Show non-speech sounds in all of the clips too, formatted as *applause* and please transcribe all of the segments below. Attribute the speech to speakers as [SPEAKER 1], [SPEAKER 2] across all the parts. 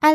[SPEAKER 1] 艾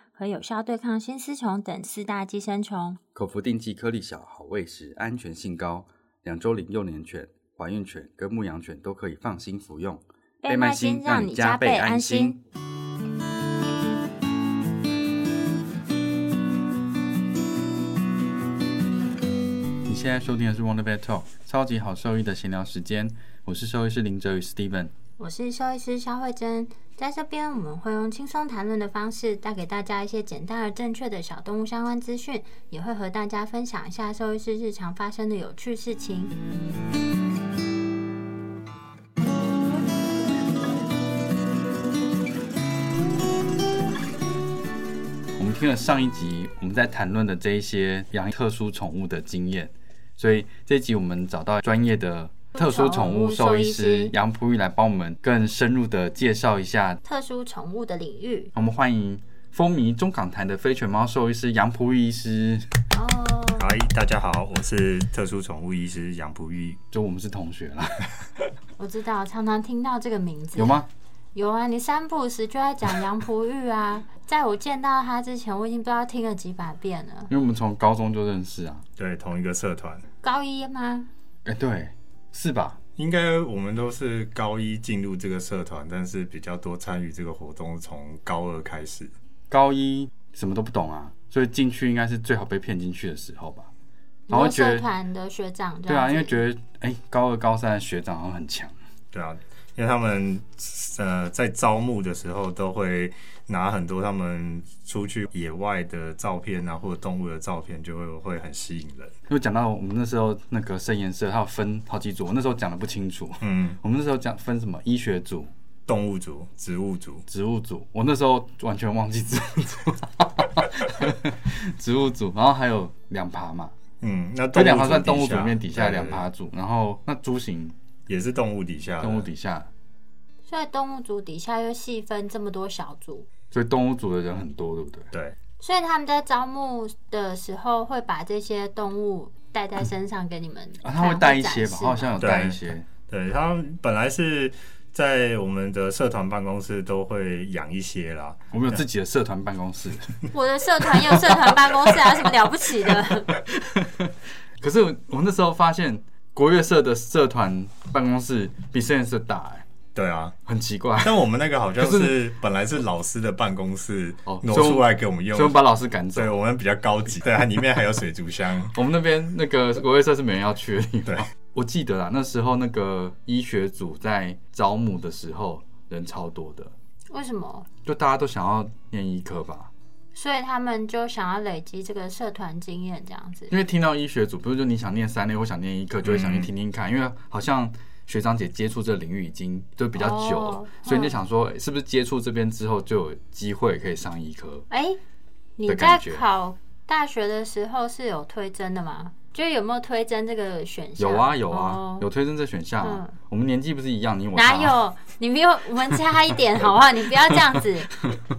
[SPEAKER 1] 可有效对抗新丝虫等四大寄生虫。
[SPEAKER 2] 口服定剂颗粒小，好喂食，安全性高，两周龄幼年犬、怀孕犬跟牧羊犬都可以放心服用。
[SPEAKER 1] 贝麦新让你加倍安心。
[SPEAKER 2] 你现在收听的是 Wonder Vet Talk，超级好兽医的闲聊时间，我是兽医师林哲宇 Steven。
[SPEAKER 1] 我是兽医师肖慧珍，在这边我们会用轻松谈论的方式，带给大家一些简单而正确的小动物相关资讯，也会和大家分享一下兽医师日常发生的有趣事情。
[SPEAKER 2] 嗯我们听了上一集我们在谈论的这一些养特殊宠物的经验，所以这一集我们找到专业的特殊宠物兽医
[SPEAKER 1] 宠物兽医
[SPEAKER 2] 师
[SPEAKER 1] 师
[SPEAKER 2] 杨璞玉来帮我们更深入的介绍一下。
[SPEAKER 1] 特殊宠物的领域
[SPEAKER 2] 我们欢迎风靡中港台的非犬猫兽医师杨璞玉医师，
[SPEAKER 1] 哦，
[SPEAKER 3] 嗨，大家好，我是特殊宠物医师杨璞玉。
[SPEAKER 2] 就我们是同学啦，
[SPEAKER 1] 我知道，常常听到这个名字，
[SPEAKER 2] 有？吗？
[SPEAKER 1] 有啊，你三不五时就在讲杨璞玉
[SPEAKER 2] *laughs*
[SPEAKER 1] 啊，在我见到他之前，我已经不知道听了几百遍了。
[SPEAKER 2] 因为我们从高中就认识啊。
[SPEAKER 3] 对，同一个社团，
[SPEAKER 1] 高一吗？
[SPEAKER 2] 哎、对，是吧？
[SPEAKER 3] 应该我们都是高一进入这个社团，但是比较多参与这个活动，从高二开始。
[SPEAKER 2] 高一什么都不懂啊，所以进去应该是最好被骗进去的时候吧。然后
[SPEAKER 1] 你说
[SPEAKER 2] 觉得
[SPEAKER 1] 社团的学长这
[SPEAKER 2] 对
[SPEAKER 1] 样
[SPEAKER 2] 啊，
[SPEAKER 1] 子
[SPEAKER 2] 因为觉得哎、高二高三的学长好像很强。
[SPEAKER 3] 对啊，因为他们呃在招募的时候都会拿很多他们出去野外的照片啊，或者动物的照片，就会会很吸引人。
[SPEAKER 2] 就讲到我们那时候那个生颜色，它有分好几组，我那时候讲的不清楚。
[SPEAKER 3] 嗯，
[SPEAKER 2] 我们那时候讲分什么医学组、
[SPEAKER 3] 动物组、植物组，
[SPEAKER 2] 植物组，我那时候完全忘记植物组， *laughs* 植物组，然后还有两爬嘛，
[SPEAKER 3] 嗯，那动
[SPEAKER 2] 这
[SPEAKER 3] 物
[SPEAKER 2] 两爬
[SPEAKER 3] 组
[SPEAKER 2] 算
[SPEAKER 3] 底
[SPEAKER 2] 动物组里面底下
[SPEAKER 3] 对
[SPEAKER 2] 两爬组，然后那猪型
[SPEAKER 3] 也是动物底下的，
[SPEAKER 2] 动物底下，
[SPEAKER 1] 所以动物组底下又细分这么多小组，
[SPEAKER 2] 所以动物组的人很多，对不对？
[SPEAKER 3] 对。
[SPEAKER 1] 所以他们在招募的时候会把这些动物带在身上给你们
[SPEAKER 2] 啊，
[SPEAKER 1] 看，
[SPEAKER 2] 他会带一些
[SPEAKER 1] 展
[SPEAKER 2] 吧，
[SPEAKER 1] 示
[SPEAKER 2] 好像有
[SPEAKER 3] 对
[SPEAKER 2] 带一些，
[SPEAKER 3] 对他们本来是在我们的社团办公室都会养一些啦，
[SPEAKER 2] 我们有自己的社团办公室。
[SPEAKER 1] 我的社团也有社团办公室啊，什么了不起的？ *laughs*
[SPEAKER 2] 可是我我那时候发现国乐社的社团办公室比实验室大、欸，
[SPEAKER 3] 对啊。
[SPEAKER 2] 很奇怪。
[SPEAKER 3] *laughs* 但我们那个好像
[SPEAKER 2] 可
[SPEAKER 3] 是本来是老师的办公室
[SPEAKER 2] 哦
[SPEAKER 3] 挪
[SPEAKER 2] 所以我
[SPEAKER 3] 出来给我们用
[SPEAKER 2] 所以，我们把老师赶走，
[SPEAKER 3] 对。我们比较高级，对，它啊里面还有水族箱
[SPEAKER 2] 我们那边那个国乐社是没人要去的地
[SPEAKER 3] 对
[SPEAKER 2] 方。我记得啦，那时候那个医学组在招募的时候人超多的，
[SPEAKER 1] 为什么？
[SPEAKER 2] 就大家都想要念医科吧，
[SPEAKER 1] 所以他们就想要累积这个社团经验，这样子。
[SPEAKER 2] 因为听到医学组，不是就你想念三类或想念医科，就会想去
[SPEAKER 3] 嗯
[SPEAKER 2] 听听看，因为好像。学长姐接触这领域已经就比较久了，
[SPEAKER 1] 哦
[SPEAKER 2] 所以你就想说，诶是不是接触这边之后就有机会可以上医科？
[SPEAKER 1] 哎、你
[SPEAKER 2] 的
[SPEAKER 1] 在
[SPEAKER 2] 感觉
[SPEAKER 1] 考大学的时候是有推甄的吗？就有没有推甄这个选项？
[SPEAKER 2] 有啊有啊，
[SPEAKER 1] 哦
[SPEAKER 2] 有推荐这选项、啊。
[SPEAKER 1] 嗯
[SPEAKER 2] 我们年纪不是一样，你我啊
[SPEAKER 1] 哪
[SPEAKER 2] 他
[SPEAKER 1] 有？你没有，我们加一点好不好？你不要这样
[SPEAKER 2] *laughs*
[SPEAKER 1] 子，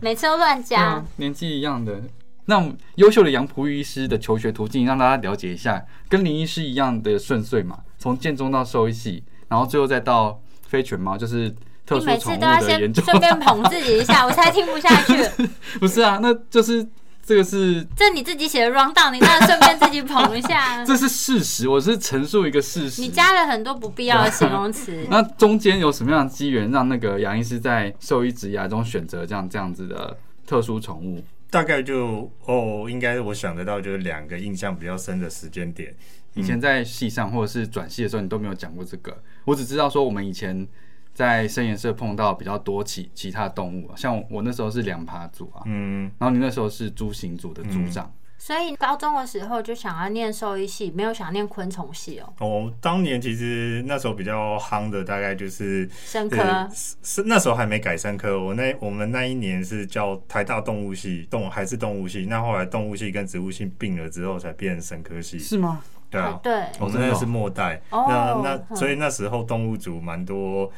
[SPEAKER 1] 每次都乱
[SPEAKER 2] 对
[SPEAKER 1] 加
[SPEAKER 2] 啊。，年纪一样
[SPEAKER 1] 嗯
[SPEAKER 2] 的。那我们优秀的杨璞玉医师的求学途径，让大家了解一下，跟林医师一样的顺遂嘛，从建中到兽医系，然后最后再到非犬猫，就是特
[SPEAKER 1] 你
[SPEAKER 2] 殊
[SPEAKER 1] 每
[SPEAKER 2] 宠
[SPEAKER 1] 次
[SPEAKER 2] 物
[SPEAKER 1] 都要
[SPEAKER 2] 的研
[SPEAKER 1] 先
[SPEAKER 2] 究。
[SPEAKER 1] 顺便捧自己一下，我才听不下
[SPEAKER 2] *laughs*
[SPEAKER 1] 去。
[SPEAKER 2] 不是啊，那就是这个是
[SPEAKER 1] 这你自己写的 round down，你当然顺便自己捧一下。啊
[SPEAKER 2] 这是事实，我是陈述一个事实。，
[SPEAKER 1] 你加了很多不必要的形容词
[SPEAKER 2] *laughs* 那中间有什么样的机缘让那个杨医师在兽医职涯中选择这样这样子的特殊宠物？
[SPEAKER 3] 大概就哦，应该我想得到就是两个印象比较深的时间点，
[SPEAKER 2] 以前在系上或者是转系的时候，你都没有讲过这个。我只知道说我们以前在生研社碰到比较多其其他动物、啊，像我那时候是两爬组啊，
[SPEAKER 3] 嗯，
[SPEAKER 2] 然后你那时候是猪形组的组长，
[SPEAKER 1] 所以高中的时候就想要念兽医系，没有想念昆虫系哦，
[SPEAKER 3] 我当年其实那时候比较夯的，大概就是
[SPEAKER 1] 生科。啊
[SPEAKER 3] 呃是是那时候还没改生科，我那我们那一年是叫台大动物系，动还是动物系，那后来动物系跟植物系并了之后才变生科系，
[SPEAKER 2] 是吗？
[SPEAKER 3] 对啊，
[SPEAKER 1] 对，
[SPEAKER 3] 我们
[SPEAKER 2] 真的
[SPEAKER 3] 那
[SPEAKER 2] 哦
[SPEAKER 3] 是末代，
[SPEAKER 1] 哦
[SPEAKER 3] 那
[SPEAKER 1] 嗯
[SPEAKER 3] 那所以那时候动物组蛮多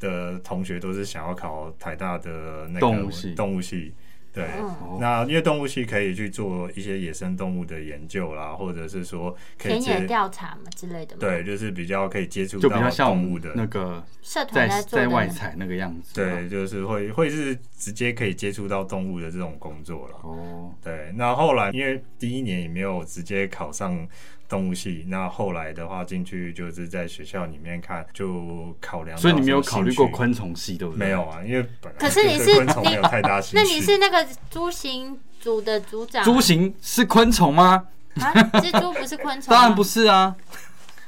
[SPEAKER 3] 的同学都是想要考台大的那个
[SPEAKER 2] 动物系
[SPEAKER 3] 动物系，对。
[SPEAKER 1] 嗯，
[SPEAKER 2] 哦，
[SPEAKER 3] 那因为动物系可以去做一些野生动物的研究啦，或者是说可以
[SPEAKER 1] 田野
[SPEAKER 3] 接
[SPEAKER 1] 调查嘛之类的嘛。，
[SPEAKER 3] 对，就是比较可以接触
[SPEAKER 2] 就比较
[SPEAKER 3] 到
[SPEAKER 2] 像我
[SPEAKER 3] 动物
[SPEAKER 2] 们
[SPEAKER 3] 的
[SPEAKER 2] 那个
[SPEAKER 1] 社团
[SPEAKER 2] 在
[SPEAKER 1] 在做
[SPEAKER 2] 在
[SPEAKER 1] 的
[SPEAKER 2] 外
[SPEAKER 1] 呢
[SPEAKER 2] 采那个样子。
[SPEAKER 3] 嗯
[SPEAKER 2] 啊
[SPEAKER 3] 对，就是会会是直接可以接触到动物的这种工作了。
[SPEAKER 2] 哦，
[SPEAKER 3] 对，那后来因为第一年也没有直接考上动物系，那后来的话进去就是在学校里面看，就考量。
[SPEAKER 2] 所以你没有考虑过？昆虫系，对不对？
[SPEAKER 3] 没有。啊，因为本来
[SPEAKER 1] 可
[SPEAKER 3] *laughs*
[SPEAKER 1] 是你
[SPEAKER 3] 就是对昆虫
[SPEAKER 1] 你
[SPEAKER 3] 没有太大兴趣。
[SPEAKER 1] 那你是那个猪形组的组长？
[SPEAKER 2] 猪形是昆虫吗？
[SPEAKER 1] 啊，蜘蛛不是
[SPEAKER 2] *laughs*
[SPEAKER 1] 昆虫？
[SPEAKER 2] 当然不
[SPEAKER 1] 是。
[SPEAKER 2] 是啊，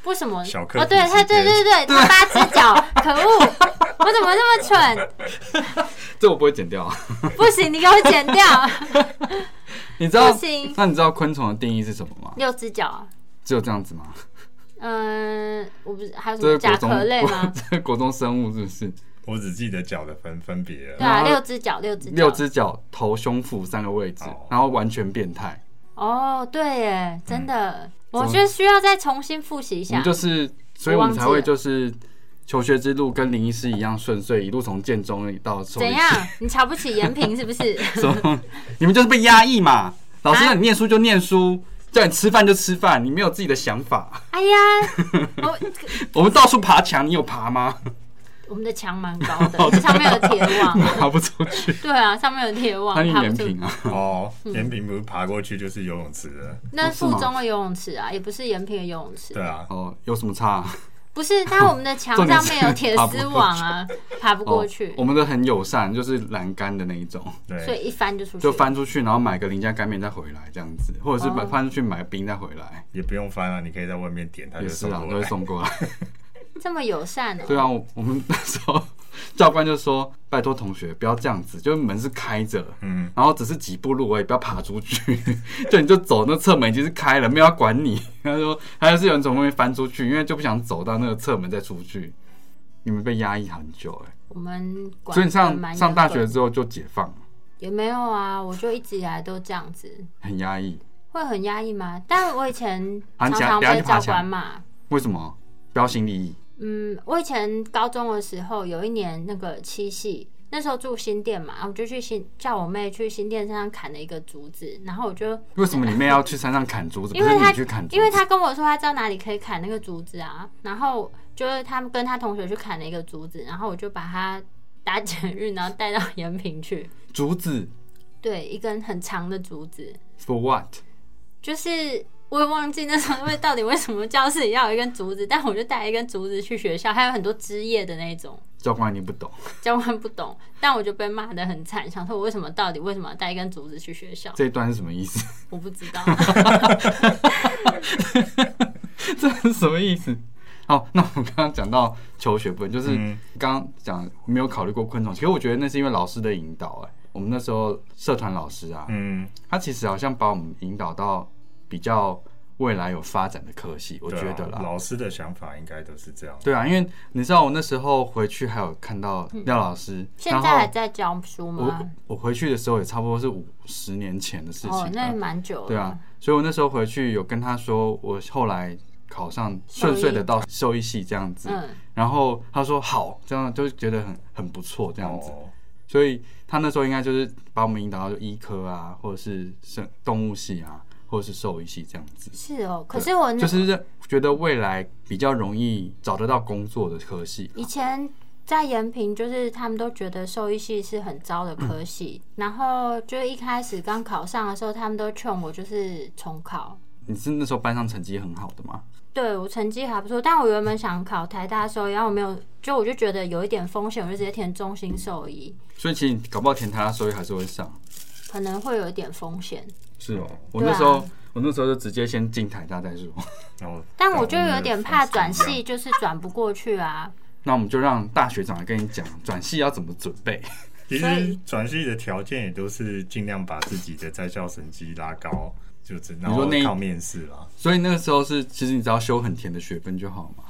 [SPEAKER 1] 为什么？
[SPEAKER 3] 小克
[SPEAKER 1] 哦，对，
[SPEAKER 3] 夫之
[SPEAKER 1] 它对
[SPEAKER 3] 间
[SPEAKER 1] 对对，它八只脚，可恶！ *laughs* 我怎么这么蠢？
[SPEAKER 2] 这我不会剪掉啊。
[SPEAKER 1] *laughs* 不行，你给我剪掉
[SPEAKER 2] *laughs* 你知道
[SPEAKER 1] 不行？
[SPEAKER 2] 那你知道昆虫的定义是什么吗？
[SPEAKER 1] 六只脚啊。
[SPEAKER 2] 只有这样子吗？ *laughs*
[SPEAKER 1] 嗯，我不是还有什
[SPEAKER 2] 这
[SPEAKER 1] 么
[SPEAKER 2] 是
[SPEAKER 1] 甲
[SPEAKER 2] 国中，？
[SPEAKER 1] 壳类吗
[SPEAKER 2] 这是国中生物是不是？
[SPEAKER 3] 我只记得脚的分分别了
[SPEAKER 1] 对啊，
[SPEAKER 2] 然后
[SPEAKER 1] 六只脚，六只脚，
[SPEAKER 2] 六只脚、头、胸、腹三个位置
[SPEAKER 3] 哦，
[SPEAKER 2] 然后完全变态。
[SPEAKER 1] 哦，对耶，真的，我觉得需要再重新复习一
[SPEAKER 2] 嗯我
[SPEAKER 1] 下
[SPEAKER 2] 们。就是，所以我们才会就是求学之路跟林医师一样顺遂，一路从建中到兽医
[SPEAKER 1] 怎样？
[SPEAKER 2] *laughs*
[SPEAKER 1] 你瞧不起延平是不是？
[SPEAKER 2] 什么？你们就是被压抑嘛！老师
[SPEAKER 1] 啊
[SPEAKER 2] 让你念书就念书，叫你吃饭就吃饭，你没有自己的想法。 *laughs*
[SPEAKER 1] 哎呀，我
[SPEAKER 2] 我们到处爬墙，你有爬吗？ *laughs*
[SPEAKER 1] 我们的墙蛮高的，上面有铁网。
[SPEAKER 2] 爬不出去。
[SPEAKER 1] 对啊，上面有铁网
[SPEAKER 2] 他，念
[SPEAKER 1] 爬
[SPEAKER 2] 延
[SPEAKER 1] 不住
[SPEAKER 2] 平。啊，
[SPEAKER 3] 哦，
[SPEAKER 1] 嗯
[SPEAKER 3] 延平不是爬过去就是游泳池了，
[SPEAKER 1] 那
[SPEAKER 2] 哦是
[SPEAKER 1] 附
[SPEAKER 2] 吗
[SPEAKER 1] 中的游泳池啊，也不是延平的游泳池
[SPEAKER 3] 对，啊，
[SPEAKER 2] 哦，有什么差、啊？
[SPEAKER 1] 不是。但我们的墙
[SPEAKER 2] 重点
[SPEAKER 1] 上
[SPEAKER 2] 是
[SPEAKER 1] 面有铁丝网
[SPEAKER 2] *laughs*
[SPEAKER 1] 啊，爬不过
[SPEAKER 2] 哦
[SPEAKER 1] 去，
[SPEAKER 2] 我们的很友善，就是栏杆的那一种，
[SPEAKER 1] 所
[SPEAKER 3] 对，
[SPEAKER 1] 以一翻就出去。
[SPEAKER 2] 就翻出去，然后买个邻家干面再回来这样子，或者是买
[SPEAKER 1] 哦
[SPEAKER 2] 翻出去买冰再回来，
[SPEAKER 3] 也不用翻啊了，你可以在外面点，它
[SPEAKER 2] 也
[SPEAKER 3] 就是送
[SPEAKER 2] 啊，都
[SPEAKER 3] 过
[SPEAKER 2] 会
[SPEAKER 3] 来。
[SPEAKER 2] 送过来。
[SPEAKER 1] 这么友善哦。
[SPEAKER 2] 对啊，我我们那时候教官就说：“拜托同学不要这样子，就是门是开着，
[SPEAKER 3] 嗯，
[SPEAKER 2] 然后只是几步路而已，不要爬出去， *laughs* 就你就走，那侧门已经是开了，没有要管你。” *laughs* 他说：“他就是有人从外面翻出去，因为就不想走到那个侧门再出去。”你们被压抑很久哎、
[SPEAKER 1] 我们管
[SPEAKER 2] 所以你
[SPEAKER 1] 得蛮
[SPEAKER 2] 上
[SPEAKER 1] 严
[SPEAKER 2] 上大
[SPEAKER 1] 格
[SPEAKER 2] 学之后就解放了，
[SPEAKER 1] 也没有啊，我就一直以来都这样子，
[SPEAKER 2] 很压抑。
[SPEAKER 1] 会很压抑吗？但我以前常
[SPEAKER 2] 啊你想
[SPEAKER 1] 常
[SPEAKER 2] 等下
[SPEAKER 1] 被
[SPEAKER 2] 去爬
[SPEAKER 1] 教
[SPEAKER 2] 墙
[SPEAKER 1] 官骂。
[SPEAKER 2] 为什么标新立异？
[SPEAKER 1] 嗯，我以前高中的时候有一年那个七夕，那时候住新店嘛，然后我就去新叫我妹去新店山上砍了一个竹子，然后我就
[SPEAKER 2] 为什么你妹要去山上砍竹
[SPEAKER 1] *laughs*
[SPEAKER 2] 子，不
[SPEAKER 1] 因
[SPEAKER 2] 是
[SPEAKER 1] 为她
[SPEAKER 2] 你去砍竹子？
[SPEAKER 1] 因为她跟我说她知道哪里可以砍那个竹子啊，然后就是他们跟她同学去砍了一个竹子，然后我就把它打 *laughs* 剪日，然后带到延平去，
[SPEAKER 2] 竹子
[SPEAKER 1] 对，一根很长的竹子，
[SPEAKER 2] for what？
[SPEAKER 1] 就是我也忘记那时候为到底为什么教室里要有一根竹子，但我就带一根竹子去学校，还有很多枝叶的那种，
[SPEAKER 2] 教官一定不懂，
[SPEAKER 1] 教官不懂，但我就被骂得很惨，想说我为什么到底为什么要带一根竹子去学校，
[SPEAKER 2] 这一段是什么意思？ *laughs*
[SPEAKER 1] 我不知道。
[SPEAKER 2] 这是什么意思？好，那我们刚刚讲到求学部分，就是
[SPEAKER 3] 嗯
[SPEAKER 2] 刚刚讲没有考虑过昆虫，其实我觉得那是因为老师的引导、哎，我们那时候社团老师啊，
[SPEAKER 3] 嗯，
[SPEAKER 2] 他其实好像把我们引导到比较未来有发展的科系，我
[SPEAKER 3] 对啊
[SPEAKER 2] 觉得啦。
[SPEAKER 3] 老师的想法应该都是这样。
[SPEAKER 2] 对啊，因为你知道我那时候回去还有看到廖老师，
[SPEAKER 1] 嗯现
[SPEAKER 2] 然后
[SPEAKER 1] 在还在教书
[SPEAKER 2] 我
[SPEAKER 1] 吗？
[SPEAKER 2] 我回去的时候也差不多是五十年前的事情了、
[SPEAKER 1] 哦，那嗯也蛮久了。
[SPEAKER 2] 对啊，，所以我那时候回去有跟他说，我后来考上顺遂的到兽医系这样子，
[SPEAKER 1] 嗯，
[SPEAKER 2] 然后他说好，这样就觉得很很不错这
[SPEAKER 3] 这
[SPEAKER 2] 样子，所以他那时候应该就是把我们引导到就医科啊，或者是生动物系啊，或者是兽医系这样子，
[SPEAKER 1] 是哦。可是我那、
[SPEAKER 2] 就是认觉得未来比较容易找得到工作的科系。
[SPEAKER 1] 以前在延平，就是他们都觉得兽医系是很糟的科系，然后就一开始刚考上的时候，他们都劝我就是重考。
[SPEAKER 2] 你是那时候班上成绩很好的吗？
[SPEAKER 1] 对我成绩还不错，但我原本想考台大兽医，然后我没有，就我就觉得有一点风险，我就直接填中心兽医，
[SPEAKER 2] 所以其实你搞不好填台大兽医还是会上。
[SPEAKER 1] 可能会有一点风险。
[SPEAKER 2] 是哦，我
[SPEAKER 1] 对啊
[SPEAKER 2] 那时候、我那时候就直接先进台大再说。 *laughs*
[SPEAKER 3] 然后，
[SPEAKER 1] 但我就有点怕转
[SPEAKER 3] 对
[SPEAKER 1] 系，，就是转不过去啊。
[SPEAKER 2] 那我们就让大学长来跟你讲转系要怎么准备。 *laughs*
[SPEAKER 3] 其
[SPEAKER 1] 所
[SPEAKER 3] 实
[SPEAKER 1] 以
[SPEAKER 3] 转系的条件也都是尽量把自己的在校成绩拉高，就是然
[SPEAKER 2] 你说
[SPEAKER 3] 后
[SPEAKER 2] 那一
[SPEAKER 3] 靠面试啦。
[SPEAKER 2] 所以那个时候是，其实你只要修很甜的学分就好嘛。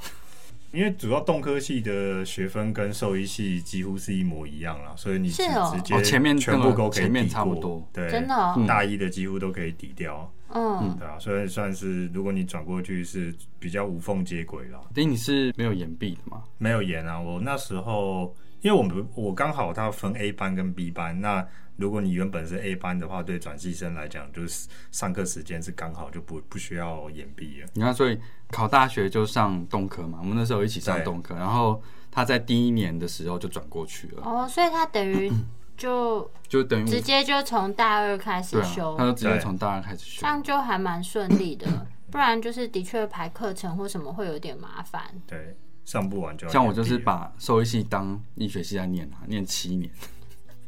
[SPEAKER 3] 因为主要动科系的学分跟兽医系几乎是一模一样啦，所以你
[SPEAKER 1] 是
[SPEAKER 3] 直
[SPEAKER 1] 哦
[SPEAKER 3] 直
[SPEAKER 2] 哦
[SPEAKER 3] 接
[SPEAKER 2] 前面
[SPEAKER 3] 全部都可以
[SPEAKER 2] 前面
[SPEAKER 3] 抵
[SPEAKER 2] 差不
[SPEAKER 3] 过
[SPEAKER 2] 多嗯
[SPEAKER 3] 对，
[SPEAKER 1] 真的哦
[SPEAKER 3] 大一的几乎都可以抵掉，
[SPEAKER 1] 嗯，
[SPEAKER 3] 对啊，所以算是如果你转过去是比较无缝接轨啦。
[SPEAKER 2] 等于你是没有延毕的嘛？
[SPEAKER 3] 没有延啊，我那时候因为我们我刚好它分 A 班跟 B 班，那如果你原本是 A 班的话，对转系生来讲就是上课时间是刚好就不不需要延毕了。
[SPEAKER 2] 你看，所以考大学就上动科嘛，我们那时候一起上
[SPEAKER 3] 对
[SPEAKER 2] 动科，然后他在第一年的时候就转过去了，
[SPEAKER 1] 哦，所以他等于就
[SPEAKER 2] 就等于
[SPEAKER 1] 直接就从大二开始
[SPEAKER 2] 嗯对啊
[SPEAKER 1] 修，，
[SPEAKER 2] 他就直接
[SPEAKER 3] 对
[SPEAKER 2] 从大二开始修
[SPEAKER 1] 这。样就还蛮顺利的。不然就是的确排课程或什么会有点麻烦。
[SPEAKER 3] 对，上不完就要
[SPEAKER 2] 像我
[SPEAKER 3] 延毕
[SPEAKER 2] 就是
[SPEAKER 3] 了
[SPEAKER 2] 把兽医系当医学系来念啊，念七年。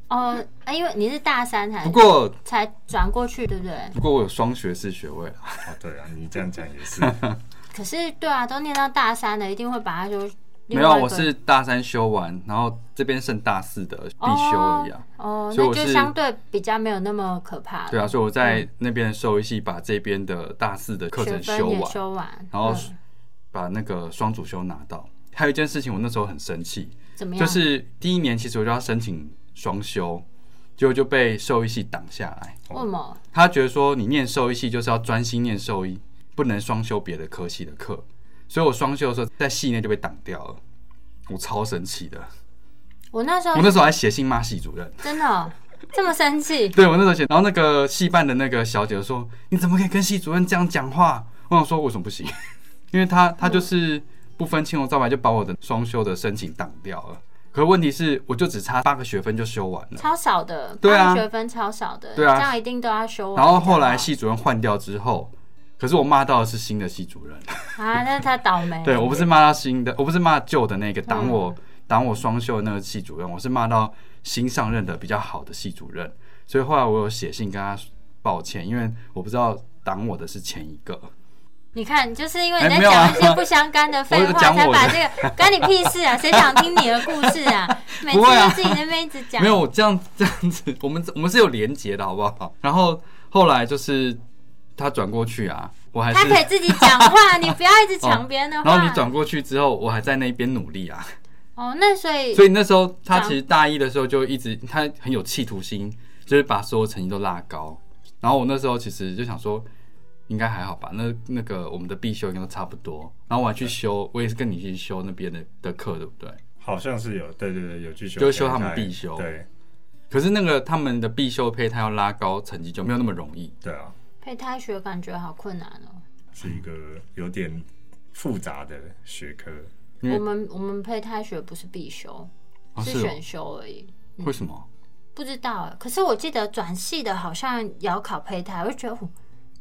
[SPEAKER 1] 哦，啊因为你是大三才
[SPEAKER 2] 不过
[SPEAKER 1] 才转过去，对不对？
[SPEAKER 2] 不过我有双学士学位啊，
[SPEAKER 3] 哦，对啊，你这样讲
[SPEAKER 2] *laughs*
[SPEAKER 3] 也是
[SPEAKER 1] 可是对啊，都念到大三了，一定会把它就
[SPEAKER 2] 没
[SPEAKER 1] 另
[SPEAKER 2] 有，啊
[SPEAKER 1] 外一
[SPEAKER 2] 我
[SPEAKER 1] 个
[SPEAKER 2] 是大三修完，然后这边剩大四的必修而已啊。
[SPEAKER 1] 哦，
[SPEAKER 2] 所以
[SPEAKER 1] 那
[SPEAKER 2] 我
[SPEAKER 1] 就是相对比较没有那么可怕了。
[SPEAKER 2] 对啊，所以我在那边兽医系把这边的大四的课
[SPEAKER 1] 学
[SPEAKER 2] 程
[SPEAKER 1] 分也
[SPEAKER 2] 完，
[SPEAKER 1] 修完，
[SPEAKER 2] 然后
[SPEAKER 1] 嗯
[SPEAKER 2] 把那个双主修拿到。还有一件事情，我那时候很生气，
[SPEAKER 1] 怎么样？
[SPEAKER 2] 就是第一年其实我就要申请双修，结果就被兽医系挡下来。
[SPEAKER 1] 为什么？
[SPEAKER 2] 他觉得说你念兽医系就是要专心念兽医，不能双修别的科系的课，所以我双修的时候在系内就被挡掉了，我超生气的。
[SPEAKER 1] 我那时候
[SPEAKER 2] 我那时候还写信骂系主任，
[SPEAKER 1] 真的哦、这么生气，
[SPEAKER 2] *laughs* 对我那时候写，然后那个系办的那个小姐就说：“你怎么可以跟系主任这样讲话？”我想说为什么不行？ *laughs* 因为他他就是不分青红皂白就把我的双修的申请挡掉了。可问题是，我就只差八个学分就修完了。
[SPEAKER 1] 超少的，
[SPEAKER 2] 对啊
[SPEAKER 1] 八个学分超少的，
[SPEAKER 2] 对啊
[SPEAKER 1] 这样一定都要修完。
[SPEAKER 2] 然后后来系主任换掉之后，可是我骂到的是新的系主任。
[SPEAKER 1] 啊，那他倒霉。
[SPEAKER 2] 哎对嗯我不是骂到新的，我不是骂旧的那个挡我挡我双休的那个系主任，我是骂到新上任的比较好的系主任。所以后来我有写信跟他抱歉，因为我不知道挡我的是前一个。
[SPEAKER 1] 你看，就是因为
[SPEAKER 2] 哎
[SPEAKER 1] 你在
[SPEAKER 2] 没有啊
[SPEAKER 1] 讲一些不相干的废
[SPEAKER 2] 我
[SPEAKER 1] 话，
[SPEAKER 2] 讲
[SPEAKER 1] 才
[SPEAKER 2] 我
[SPEAKER 1] 把
[SPEAKER 2] 的
[SPEAKER 1] 这个干你屁事啊！谁想听你的故事啊？每次
[SPEAKER 2] 不会啊
[SPEAKER 1] 都自己在那边一直讲，
[SPEAKER 2] 没有这样这样子， *laughs* 我们我们是有连结的好不好？然后后来就是他转过去啊，我还
[SPEAKER 1] 他
[SPEAKER 2] 是哦
[SPEAKER 1] 可以自己讲话，你不要一直抢别人的
[SPEAKER 2] 然
[SPEAKER 1] 话。
[SPEAKER 2] 后你转过去之后，我还在那边努力啊。
[SPEAKER 1] 哦，那所以
[SPEAKER 2] 所以那时候他其实大一的时候就一直他很有企图心，就是把所有成绩都拉高。然后我那时候其实就想说，应该还好吧，那那个我们的必修应该都差不多。然后我还去修，我也是跟你去修那边的的课，对不对？
[SPEAKER 3] 好像是有，对对对，有去修，
[SPEAKER 2] 就修他们必修
[SPEAKER 3] 对
[SPEAKER 2] 可是那个他们的必修配他要拉高成绩就没有那么容易。
[SPEAKER 3] 对啊，
[SPEAKER 1] 配胎学感觉好困难哦。
[SPEAKER 3] 是一个有点复杂的学科。
[SPEAKER 2] 嗯
[SPEAKER 1] 我们我们配胎学不是必修，
[SPEAKER 2] 哦
[SPEAKER 1] 是
[SPEAKER 2] 是哦
[SPEAKER 1] 选修而已。
[SPEAKER 2] 为什么？
[SPEAKER 1] 不知道哎，可是我记得转系的好像也要考胚胎，我就觉得哦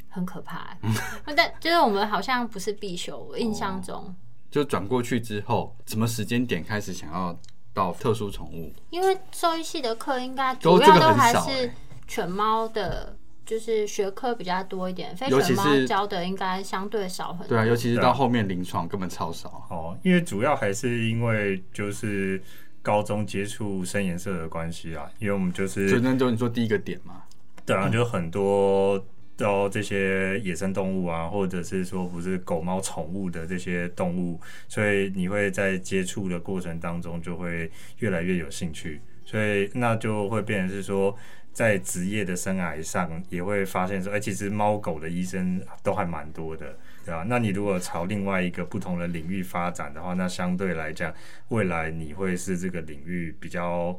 [SPEAKER 1] 很可怕
[SPEAKER 2] *laughs*
[SPEAKER 1] 哎。但就是我们好像不是必修，我印象中，
[SPEAKER 2] 就转过去之后，什么时间点开始想要到特殊宠物？
[SPEAKER 1] 因为兽医系的课应该
[SPEAKER 2] 都
[SPEAKER 1] 主
[SPEAKER 2] 这
[SPEAKER 1] 要
[SPEAKER 2] 个
[SPEAKER 1] 都
[SPEAKER 2] 很
[SPEAKER 1] 还
[SPEAKER 2] 少
[SPEAKER 1] 是
[SPEAKER 2] 欸
[SPEAKER 1] 犬猫的。就是学科比较多一点，非
[SPEAKER 2] 尤
[SPEAKER 1] 犬
[SPEAKER 2] 其
[SPEAKER 1] 猫
[SPEAKER 2] 是
[SPEAKER 1] 教的应该相对少很多。
[SPEAKER 2] 对啊，尤其是
[SPEAKER 3] 对啊
[SPEAKER 2] 到后面临床根本超少。
[SPEAKER 3] 哦，因为主要还是因为就是高中接触深颜色的关系啊，因为我们就是
[SPEAKER 2] 所以那就你说第一个点嘛，
[SPEAKER 3] 对啊，就很多到这些野生动物啊，或者是说不是狗猫宠物的这些动物，所以你会在接触的过程当中就会越来越有兴趣，所以那就会变成是说。在职业的生涯上，也会发现说，哎、其实猫狗的医生都还蛮多的，对吧、那你如果朝另外一个不同的领域发展的话，那相对来讲，未来你会是这个领域比较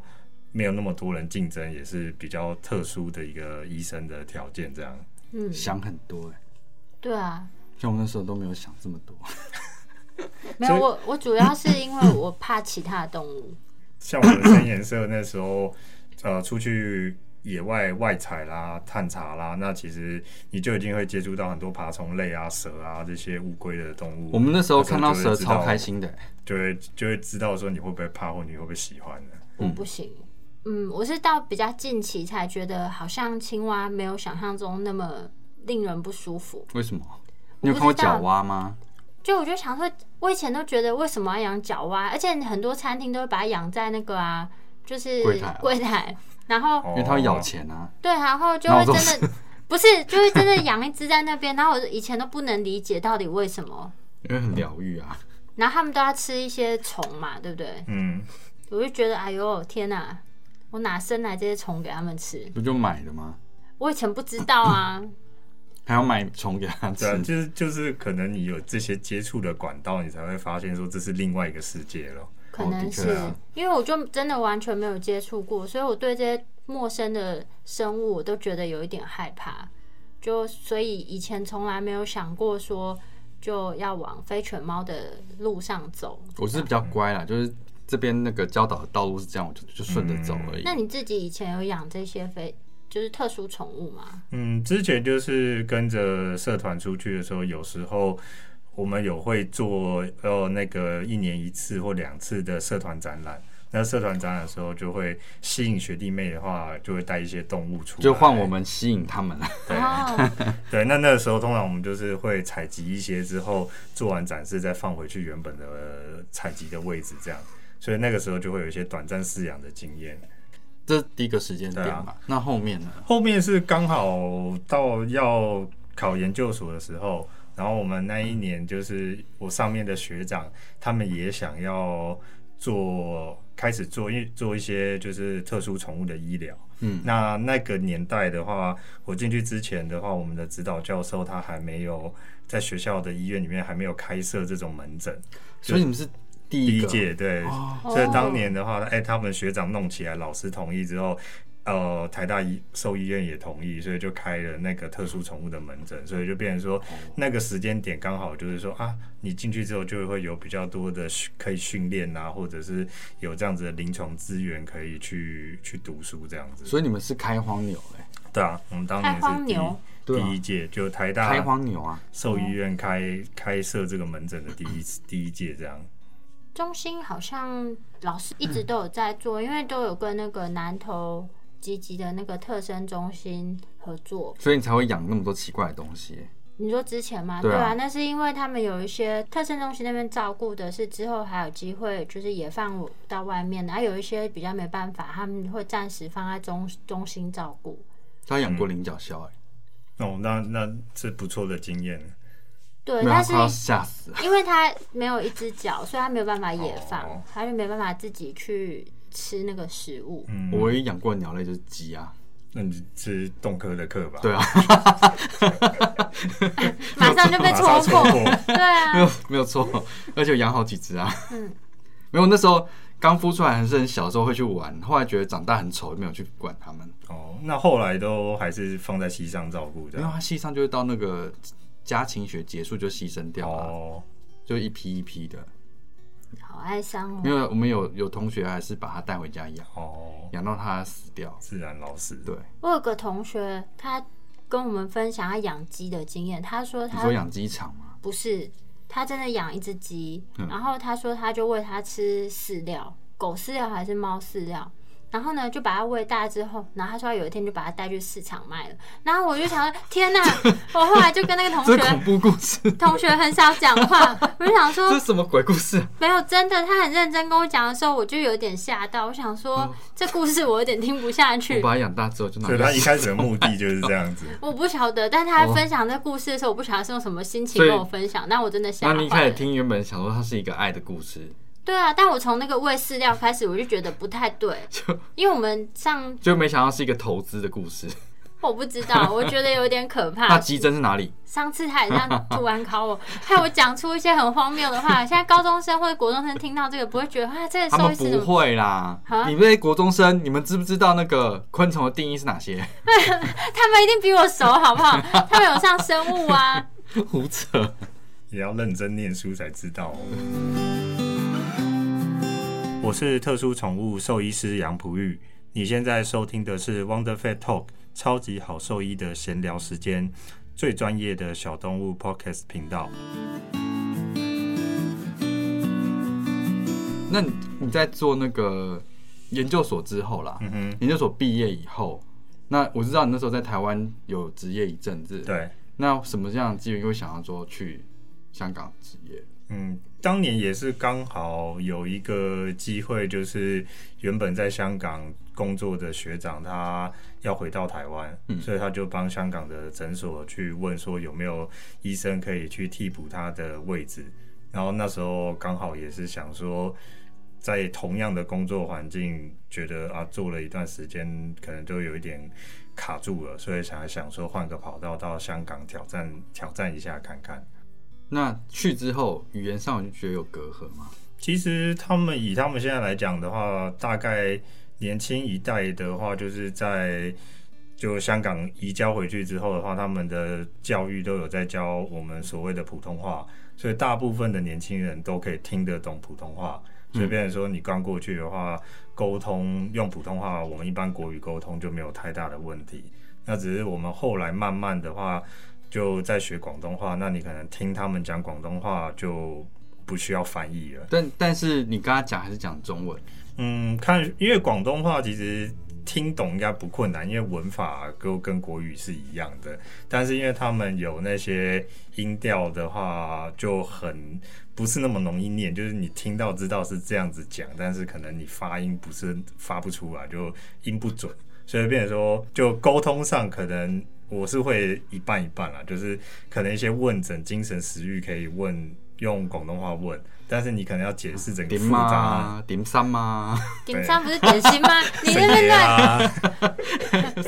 [SPEAKER 3] 没有那么多人竞争，也是比较特殊的一个医生的条件。这样，
[SPEAKER 1] 嗯，
[SPEAKER 2] 想很多哎、
[SPEAKER 1] 对啊，
[SPEAKER 2] 像我们那时候都没有想这么多。
[SPEAKER 1] 没有我，我主要是因为我怕其他的动物。
[SPEAKER 3] 像我们深颜色那时候，呃，出去野外外采啦、探查啦，那其实你就已经会接触到很多爬虫类啊、蛇啊这些乌龟的动物。
[SPEAKER 2] 我们那时候看到
[SPEAKER 3] 那时
[SPEAKER 2] 蛇
[SPEAKER 3] 候就会知道
[SPEAKER 2] 超开心的、欸，
[SPEAKER 3] 就会就会知道说你会不会怕或你会不会喜欢的。
[SPEAKER 1] 我不行。嗯，我是到比较近期才觉得，好像青蛙没有想象中那么令人不舒服。
[SPEAKER 2] 为什么？你有看过角蛙吗？
[SPEAKER 1] 就我就想说，我以前都觉得为什么要养角蛙，而且很多餐厅都会把它养在那个啊就是
[SPEAKER 2] 柜台啊哦
[SPEAKER 1] 柜台，然后
[SPEAKER 2] 因为
[SPEAKER 3] 哦
[SPEAKER 2] 它会咬钱啊。
[SPEAKER 1] 对，然后就
[SPEAKER 2] 那我
[SPEAKER 1] 会
[SPEAKER 2] 都
[SPEAKER 1] 真的不是，就会真的养一只在那边，然 *laughs* 后我以前都不能理解到底为什么，
[SPEAKER 2] 因为很疗愈啊。
[SPEAKER 1] 然后他们都要吃一些虫嘛，对不对？
[SPEAKER 3] 嗯，
[SPEAKER 1] 我就觉得哎呦天哪、我哪生来这些虫给他们吃？
[SPEAKER 2] 不就买的吗？
[SPEAKER 1] 我以前不知道啊，
[SPEAKER 2] 还要买虫给它吃
[SPEAKER 3] 对、啊，，就是就是可能你有这些接触的管道，你才会发现说这是另外一个世界了。
[SPEAKER 1] 可
[SPEAKER 2] 哦的
[SPEAKER 1] 能
[SPEAKER 2] 确
[SPEAKER 1] 是、
[SPEAKER 2] 啊
[SPEAKER 1] 因为我就真的完全没有接触过，所以我对这些陌生的生物我都觉得有一点害怕，就所以以前从来没有想过说就要往非犬猫的路上走。
[SPEAKER 2] 我是比较乖啦，就是这边那个教导的道路是这样，我就就顺着走而已。
[SPEAKER 1] 那你自己以前有养这些非就是特殊宠物吗？
[SPEAKER 3] 嗯，之前就是跟着社团出去的时候，有时候我们有会做呃那个一年一次或两次的社团展览。那社团展览的时候，就会吸引学弟妹的话，就会带一些动物出来，
[SPEAKER 2] 就换我们吸引他们了。 *laughs*
[SPEAKER 3] 对
[SPEAKER 1] 哦，
[SPEAKER 3] 对，那那个时候通常我们就是会采集一些之后，做完展示再放回去原本的呃采集的位置，这样。所以那个时候就会有一些短暂饲养的经验。
[SPEAKER 2] 这是第一个时间点嘛。那后面呢？
[SPEAKER 3] 后面是刚好到要考研究所的时候，然后我们那一年就是我上面的学长，他们也想要做开始做一做一些就是特殊宠物的医疗。
[SPEAKER 2] 嗯，
[SPEAKER 3] 那那个年代的话，我进去之前的话，我们的指导教授他还没有在学校的医院里面还没有开设这种门诊，
[SPEAKER 2] 所以你们是第
[SPEAKER 3] 第
[SPEAKER 2] 一
[SPEAKER 3] 一
[SPEAKER 2] 个
[SPEAKER 3] 届对，
[SPEAKER 2] 哦
[SPEAKER 3] 所以当年的话，哎、他们学长弄起来，老师同意之后，呃，台大医兽医院也同意，所以就开了那个特殊宠物的门诊，所以就变成
[SPEAKER 2] 哦
[SPEAKER 3] 说，那个时间点刚好就是说啊，你进去之后就会有比较多的训可以训练啊，或者是有这样子的临床资源可以去去读书这样子。
[SPEAKER 2] 所以你们是开荒牛哎、
[SPEAKER 3] 对啊，我们当年
[SPEAKER 1] 开荒
[SPEAKER 3] 是第
[SPEAKER 1] 牛
[SPEAKER 3] 一
[SPEAKER 2] 对啊
[SPEAKER 3] 第一届，就台大
[SPEAKER 2] 开荒牛啊，
[SPEAKER 3] 兽医院开开设这个门诊的第一第一届这样。
[SPEAKER 1] 中心好像老师一直都有在做，因为都有跟那个南投积极的那个特生中心合作。
[SPEAKER 2] 所以你才会养那么多奇怪的东西欸、
[SPEAKER 1] 你说之前吗？
[SPEAKER 2] 对啊
[SPEAKER 1] 对啊，那是因为他们有一些特生中心那边照顾的是之后还有机会，就是也放到外面的，还、啊有一些比较没办法，他们会暂时放在中中心照顾。
[SPEAKER 2] 他养过菱角鸮哎、
[SPEAKER 3] 哦，那那是不错的经验。
[SPEAKER 1] 对，
[SPEAKER 2] 没有
[SPEAKER 1] 但
[SPEAKER 2] 他
[SPEAKER 1] 是
[SPEAKER 2] 快要吓死了。
[SPEAKER 1] 因为它没有一只脚，所以它没有办法野放
[SPEAKER 3] 哦，
[SPEAKER 1] 它、就没办法自己去吃那个食物。
[SPEAKER 2] *laughs*
[SPEAKER 3] 嗯，
[SPEAKER 2] 我唯一养过的鸟类就是鸡啊，
[SPEAKER 3] 那你是动科的课吧？
[SPEAKER 2] 对啊，
[SPEAKER 1] 马上就被
[SPEAKER 3] 马
[SPEAKER 1] 戳
[SPEAKER 3] 上
[SPEAKER 1] 破
[SPEAKER 3] 戳。
[SPEAKER 1] 对啊
[SPEAKER 2] *laughs* 没，有没有错，而且我养好几只啊。 *laughs* 没有那时候刚孵出来还是很小的时候会去玩，后来觉得长大很丑，就没有去管它们。
[SPEAKER 3] 哦，那后来都还是放在西上照顾
[SPEAKER 2] 因为
[SPEAKER 3] 的。
[SPEAKER 2] 它系上就是到那个家禽学结束就牺牲掉了啊，
[SPEAKER 3] 哦，
[SPEAKER 2] 就一批一批的。
[SPEAKER 1] 好哀伤
[SPEAKER 2] 没
[SPEAKER 1] 哦。
[SPEAKER 2] 有，我们有有同学还是把它带回家养，
[SPEAKER 3] 哦，
[SPEAKER 2] 养到它死掉。
[SPEAKER 3] 自然老师。
[SPEAKER 2] 对，
[SPEAKER 1] 我有个同学，他跟我们分享他养鸡的经验，他说
[SPEAKER 2] 你
[SPEAKER 1] 他
[SPEAKER 2] 说养鸡场吗？
[SPEAKER 1] 不是，他真的养一只鸡，
[SPEAKER 2] 嗯
[SPEAKER 1] 然后他说他就喂它吃饲料，狗饲料还是猫饲料。然后呢，就把它喂大之后，然后他说他有一天就把它带去市场卖了。然后我就想说，天
[SPEAKER 2] *laughs*
[SPEAKER 1] 哪！我后来就跟那个同
[SPEAKER 2] 这是恐
[SPEAKER 1] 学
[SPEAKER 2] 怖故事，
[SPEAKER 1] 同学很少讲
[SPEAKER 2] *laughs*
[SPEAKER 1] 话，我就想说
[SPEAKER 2] 这是什么鬼故事啊？
[SPEAKER 1] 没有，真的，他很认真跟我讲的时候，我就有点吓到，我想说、这故事我有点听不下
[SPEAKER 2] 嗯我
[SPEAKER 1] 去。
[SPEAKER 2] 把它养大之后就拿
[SPEAKER 3] 所以
[SPEAKER 2] 去
[SPEAKER 3] 他一开始的目的就是这
[SPEAKER 2] *laughs*
[SPEAKER 3] 样子。
[SPEAKER 1] 我不晓得，但他在分享这故事的时候，我不晓得是用什么心情
[SPEAKER 2] 哦所以
[SPEAKER 1] 跟我分享，但我真的吓
[SPEAKER 2] 那
[SPEAKER 1] 坏
[SPEAKER 2] 你一开始
[SPEAKER 1] 了。
[SPEAKER 2] 听原本想说它是一个爱的故事，
[SPEAKER 1] 对啊，但我从那个喂饲料开始，我就觉得不太对，因为我们上
[SPEAKER 2] 就没想到是一个投资的故事。
[SPEAKER 1] 我不知
[SPEAKER 2] *laughs*
[SPEAKER 1] 道，我觉得有点可
[SPEAKER 2] 那
[SPEAKER 1] 怕。
[SPEAKER 2] 鸡胗是哪里？
[SPEAKER 1] 上次他也这样突然考我，害我讲出一些很荒谬的话。现在高中生或者国中生听到这个，不会觉得啊，这个
[SPEAKER 2] 他
[SPEAKER 1] 兽
[SPEAKER 2] 们
[SPEAKER 1] 医师
[SPEAKER 2] 不
[SPEAKER 1] 怎么？
[SPEAKER 2] 会啦
[SPEAKER 1] 啊。
[SPEAKER 2] 你们这些国中生，你们知不知道那个昆虫的定义是哪些？ *laughs*
[SPEAKER 1] 他们一定比我熟，好不好？他们有上生物
[SPEAKER 2] *laughs*
[SPEAKER 1] 啊。
[SPEAKER 2] 胡扯！
[SPEAKER 3] 也要认真念书才知道哦。我是特殊宠物兽医师杨璞玉，你现在收听的是 Wonder Pet Talk 超级好兽医的闲聊时间，最专业的小动物 Podcast 频道。
[SPEAKER 2] 那你你在做那个研究所之后啦，
[SPEAKER 3] 嗯哼，
[SPEAKER 2] 研究所毕业以后，那我知道你那时候在台湾有职业一阵子，。
[SPEAKER 3] 对。
[SPEAKER 2] 那什么样的机缘又想要说去香港职业？
[SPEAKER 3] 嗯，当年也是刚好有一个机会，就是原本在香港工作的学长，他要回到台湾，
[SPEAKER 2] 嗯
[SPEAKER 3] 所以他就帮香港的诊所去问说有没有医生可以去替补他的位置。然后那时候刚好也是想说，在同样的工作环境，觉得啊做了一段时间，可能就有一点卡住了，所以想想说换个跑道到香港挑战挑战一下看看。
[SPEAKER 2] 那去之后，语言上有觉得有隔阂吗？
[SPEAKER 3] 其实他们以他们现在来讲的话，大概年轻一代的话，就是在就香港移交回去之后的话，他们的教育都有在教我们所谓的普通话，所以大部分的年轻人都可以听得懂普通话。所以，变成说你刚过去的话，沟通用普通话，我们一般国语沟通就没有太大的问题。那只是我们后来慢慢的话，就在学广东话，那你可能听他们讲广东话就不需要翻译了。
[SPEAKER 2] 但但是你跟他讲还是讲中文，
[SPEAKER 3] 嗯，看，因为广东话其实听懂应该不困难，因为文法都跟国语是一样的。但是因为他们有那些音调的话，就很不是那么容易念，就是你听到知道是这样子讲，但是可能你发音不是发不出来，就音不准，所以变成说就沟通上可能。我是会一半一半啦，就是可能一些问诊、精神食欲可以问用广东话问，但是你可能要解释整个
[SPEAKER 2] 点
[SPEAKER 3] 复杂
[SPEAKER 2] 吗？点三吗？ *laughs*
[SPEAKER 1] 顶上不是点心吗？ *laughs* 你那
[SPEAKER 3] 神
[SPEAKER 1] 边
[SPEAKER 3] 爷
[SPEAKER 1] 乱
[SPEAKER 3] 啊，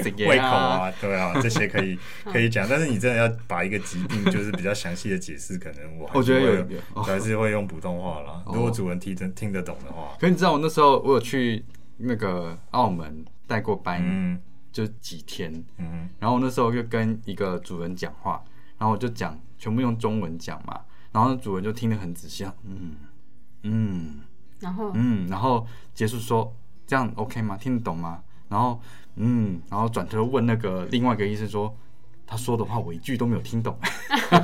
[SPEAKER 2] 谁给
[SPEAKER 3] 胃口，啊，对啊，这些可以
[SPEAKER 1] *laughs*
[SPEAKER 3] 可以讲，但是你真的要把一个疾病就是比较详细的解释，可能我还是
[SPEAKER 2] 我觉得有
[SPEAKER 3] 会
[SPEAKER 2] 一点
[SPEAKER 3] 我还是会用普通话啦。
[SPEAKER 2] 哦
[SPEAKER 3] 如果主人听得听得懂的话，
[SPEAKER 2] 可你知道我那时候我有去那个澳门带过班，
[SPEAKER 3] 嗯
[SPEAKER 2] 就几天，
[SPEAKER 3] 嗯
[SPEAKER 2] 然后我那时候就跟一个主人讲话，然后我就讲全部用中文讲嘛，然后那主人就听得很仔细，嗯嗯
[SPEAKER 1] 然后
[SPEAKER 2] 嗯，然后结束说这样 OK 吗？听得懂吗？然后嗯，然后转头问那个另外一个医生说。他说的话我一句都没有听懂，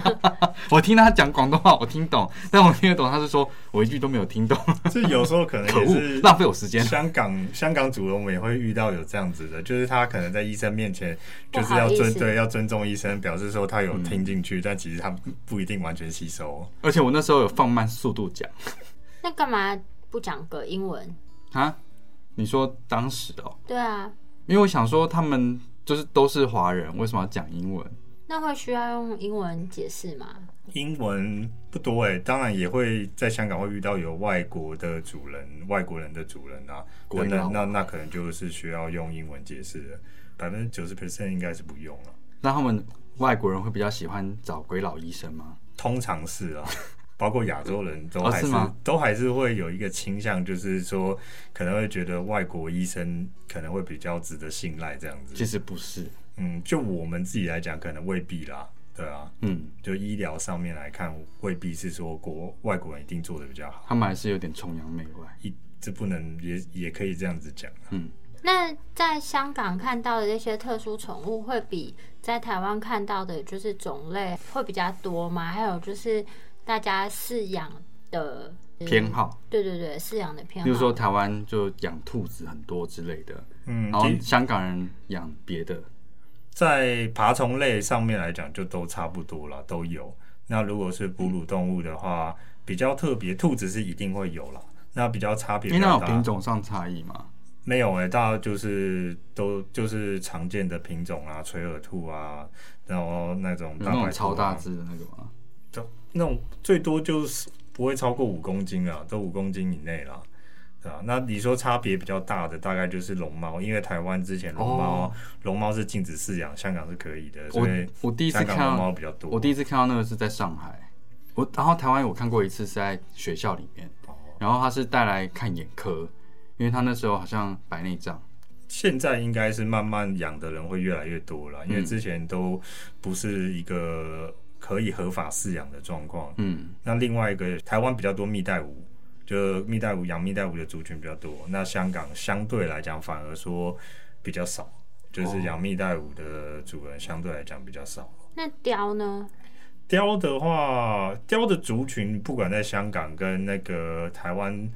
[SPEAKER 3] *laughs*
[SPEAKER 2] 我听他讲广东话我听懂，但我听得懂他是说我一句都没有听懂，
[SPEAKER 3] 嗯这有时候可能
[SPEAKER 2] 可
[SPEAKER 3] 也
[SPEAKER 2] 恶
[SPEAKER 3] 是，
[SPEAKER 2] 浪费我时间。
[SPEAKER 3] 香港香港主人我们也会遇到有这样子的，就是他可能在医生面前
[SPEAKER 1] 不
[SPEAKER 3] 就是
[SPEAKER 1] 好
[SPEAKER 3] 要
[SPEAKER 1] 意
[SPEAKER 3] 尊
[SPEAKER 1] 思
[SPEAKER 3] 对要尊重医生，表示说他有听进去，但其实他不一定完全吸收。
[SPEAKER 2] 而且我那时候有放慢速度讲
[SPEAKER 1] 那干嘛不讲个英文？
[SPEAKER 2] 啊，你说当时哦、
[SPEAKER 1] 对啊，
[SPEAKER 2] 因为我想说他们就是都是华人，为什么要讲英文？
[SPEAKER 1] 那会需要用英文解释吗？
[SPEAKER 3] 英文不多哎、当然也会在香港会遇到有外国的主人、外国人的主人啊，
[SPEAKER 2] 国
[SPEAKER 3] 那
[SPEAKER 2] 语
[SPEAKER 3] 那
[SPEAKER 2] 老
[SPEAKER 3] 那那可能就是需要用英文解释的，百分之九十 percent 应该是不用了、
[SPEAKER 2] 那他们外国人会比较喜欢找鬼佬医生吗？
[SPEAKER 3] 通常是
[SPEAKER 2] *laughs*
[SPEAKER 3] 啊，包括亚洲人都
[SPEAKER 2] 哦
[SPEAKER 3] 还
[SPEAKER 2] 是
[SPEAKER 3] 是,、
[SPEAKER 2] 吗
[SPEAKER 3] 都还是会有一个倾向，就是说可能会觉得外国医生可能会比较值得信赖这样子。
[SPEAKER 2] 其实不是，
[SPEAKER 3] 嗯，就我们自己来讲，可能未必啦，对啊，
[SPEAKER 2] 嗯，
[SPEAKER 3] 就医疗上面来看，未必是说国外国人一定做的比较好。
[SPEAKER 2] 他们还是有点崇洋媚外。
[SPEAKER 3] 一这不能也也可以这样子讲啊、
[SPEAKER 1] 那在香港看到的这些特殊宠物，会比在台湾看到的，就是种类会比较多吗？还有就是大家饲养的
[SPEAKER 3] 嗯
[SPEAKER 1] 呃
[SPEAKER 2] 偏好，
[SPEAKER 1] 对对对，饲养的偏好。
[SPEAKER 2] 比如说台湾就养兔子很多之类的，
[SPEAKER 3] 嗯，
[SPEAKER 2] 然后
[SPEAKER 3] 其实
[SPEAKER 2] 香港人养别的，
[SPEAKER 3] 在爬虫类上面来讲，就都差不多了，都有。那如果是哺乳动物的话，比较特别，兔子是一定会有啦。那比较差别
[SPEAKER 2] 因
[SPEAKER 3] 比
[SPEAKER 2] 为那有
[SPEAKER 3] 较大，
[SPEAKER 2] 品种上差异嘛。
[SPEAKER 3] 没有哎、大家就是都就是常见的品种啊，垂耳兔啊，然后那种
[SPEAKER 2] 有
[SPEAKER 3] 嗯
[SPEAKER 2] 那
[SPEAKER 3] 大白兔、
[SPEAKER 2] 种
[SPEAKER 3] 啊
[SPEAKER 2] 超大，只的那个吗？
[SPEAKER 3] 那种最多就是不会超过五公斤啦，都五公斤以内啦。对啊，那你说差别比较大的大概就是龙猫，因为台湾之前龙猫
[SPEAKER 2] 哦
[SPEAKER 3] 龙猫是禁止饲养，香港是可以的，所以
[SPEAKER 2] 我我第一次
[SPEAKER 3] 香
[SPEAKER 2] 看
[SPEAKER 3] 港龙猫
[SPEAKER 2] 到，
[SPEAKER 3] 比较多。
[SPEAKER 2] 我第一次看到那个是在上海，我然后台湾我看过一次是在学校里面，然后他是带来看眼科，因为他那时候好像白内障。
[SPEAKER 3] 现在应该是慢慢养的人会越来越多了，因
[SPEAKER 2] 嗯
[SPEAKER 3] 为之前都不是一个可以合法饲养的状况。
[SPEAKER 2] 嗯，
[SPEAKER 3] 那另外一个台湾比较多蜜袋鼯，就蜜袋鼯养蜜袋鼯的族群比较多。那香港相对来讲反而说比较少，就是养蜜袋鼯的主人相对来讲比较少。
[SPEAKER 1] 那雕呢？
[SPEAKER 3] 雕的话，雕的族群不管在香港跟那个台湾，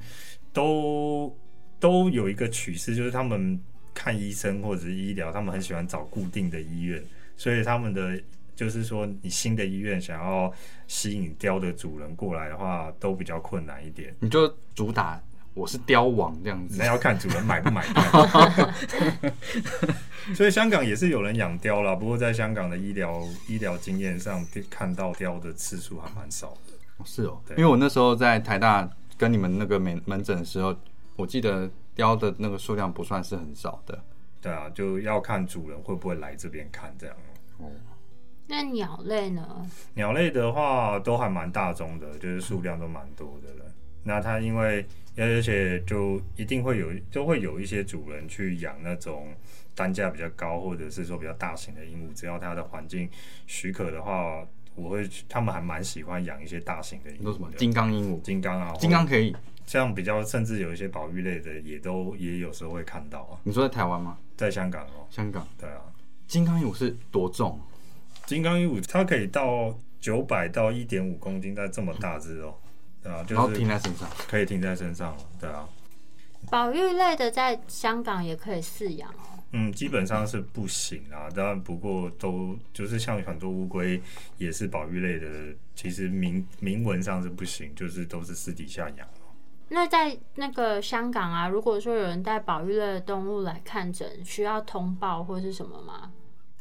[SPEAKER 3] 都都有一个趋势，就是他们看医生或者是医疗，他们很喜欢找固定的医院，所以他们的就是说你新的医院想要吸引雕的主人过来的话，都比较困难一点。
[SPEAKER 2] 你就主打我是雕王这样子
[SPEAKER 3] 那。要看主人买不买单。 *laughs* 所以香港也是有人养貂啦，不过在香港的医疗医疗经验上，看到貂的次数还蛮少的。
[SPEAKER 2] 是哦，
[SPEAKER 3] 对
[SPEAKER 2] 因为我那时候在台大跟你们那个门门诊的时候，我记得雕的那个数量不算是很少的。
[SPEAKER 3] 对啊，就要看主人会不会来这边看这样。
[SPEAKER 1] 那鸟类呢？
[SPEAKER 3] 鸟类的话都还蛮大众的，就是数量都蛮多的了。那它因为而且就一定会有都会有一些主人去养那种单价比较高或者是说比较大型的鹦鹉，只要它的环境许可的话，我会去他们还蛮喜欢养一些大型的鹦
[SPEAKER 2] 你说
[SPEAKER 3] 鹉
[SPEAKER 2] 什么
[SPEAKER 3] 的，
[SPEAKER 2] 金刚鹦鹉？
[SPEAKER 3] 金刚啊，
[SPEAKER 2] 金刚可以？
[SPEAKER 3] 像比较甚至有一些保育类的也都也有时候会看到啊，
[SPEAKER 2] 你说在台湾吗？
[SPEAKER 3] 在香港哦，
[SPEAKER 2] 香港
[SPEAKER 3] 对啊，
[SPEAKER 2] 金刚鹦鹉是多重？
[SPEAKER 3] 金刚鹦鹉它可以到九百到一点五公斤，但这么大只哦，对啊，就
[SPEAKER 2] 然后
[SPEAKER 3] 是
[SPEAKER 2] 停在身上？
[SPEAKER 3] 可以停在身上了，对啊，
[SPEAKER 1] 保育类的在香港也可以饲养哦。
[SPEAKER 3] 嗯，基本上是不行啊。当然，不过都就是像很多乌龟也是保育类的，其实明明文上是不行，就是都是私底下养。
[SPEAKER 1] 那在那个香港啊，如果说有人带保育类的动物来看诊，需要通报或是什么吗？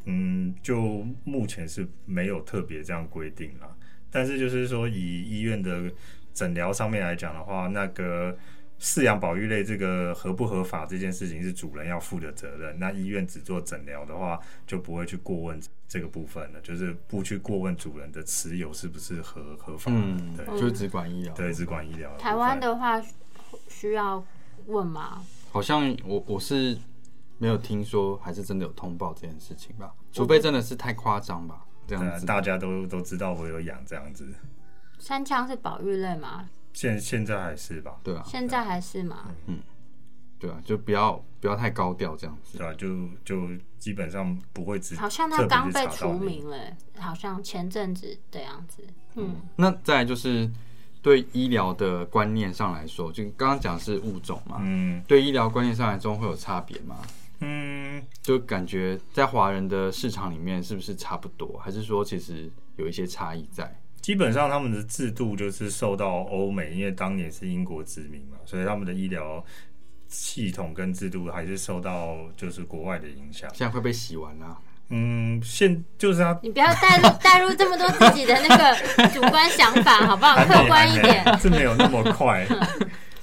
[SPEAKER 3] 嗯，就目前是没有特别这样规定啦。但是就是说，以医院的诊疗上面来讲的话，那个饲养保育类这个合不合法这件事情是主人要负的责任。那医院只做诊疗的话，就不会去过问这个部分了，就是不去过问主人的持有是不是合合法的。
[SPEAKER 2] 嗯，
[SPEAKER 3] 对
[SPEAKER 2] 就是只管医疗。
[SPEAKER 3] 对，只管医疗。
[SPEAKER 1] 台湾，的话需要问吗？
[SPEAKER 2] 好像我我是没有听说，还是真的有通报这件事情吧？除非真的是太夸张吧，这
[SPEAKER 3] 对啊
[SPEAKER 2] 样子。
[SPEAKER 3] 大家都都知道我有养这样子，
[SPEAKER 1] 三枪是保育类吗？
[SPEAKER 3] 现现在还是吧。
[SPEAKER 2] 对啊，
[SPEAKER 1] 现在还是吗？
[SPEAKER 2] 对啊，就不要不要太高调这样子。
[SPEAKER 3] 对啊，就就基本上不会只
[SPEAKER 1] 好像他
[SPEAKER 3] 特别
[SPEAKER 1] 刚
[SPEAKER 3] 去
[SPEAKER 1] 被
[SPEAKER 3] 查
[SPEAKER 1] 除
[SPEAKER 3] 到你
[SPEAKER 1] 名了，好像前阵子的样子。嗯，
[SPEAKER 2] 那再来就是对医疗的观念上来说，就刚刚讲的是物种嘛，
[SPEAKER 3] 嗯
[SPEAKER 2] 对医疗观念上来说会有差别吗？
[SPEAKER 3] 嗯，
[SPEAKER 2] 就感觉在华人的市场里面是不是差不多，还是说其实有一些差异在？
[SPEAKER 3] 基本上他们的制度就是受到欧美，因为当年是英国殖民嘛，所以他们的医疗系统跟制度还是受到就是国外的影响。
[SPEAKER 2] 现在会被洗完啦、
[SPEAKER 3] 嗯，现就是他
[SPEAKER 1] 你不要带入 *laughs* 带入这么多自己的那个主观想法，好不好？
[SPEAKER 3] 还没
[SPEAKER 1] 客观一点。嗯
[SPEAKER 3] 还没是没有那么
[SPEAKER 1] *laughs*
[SPEAKER 3] 快。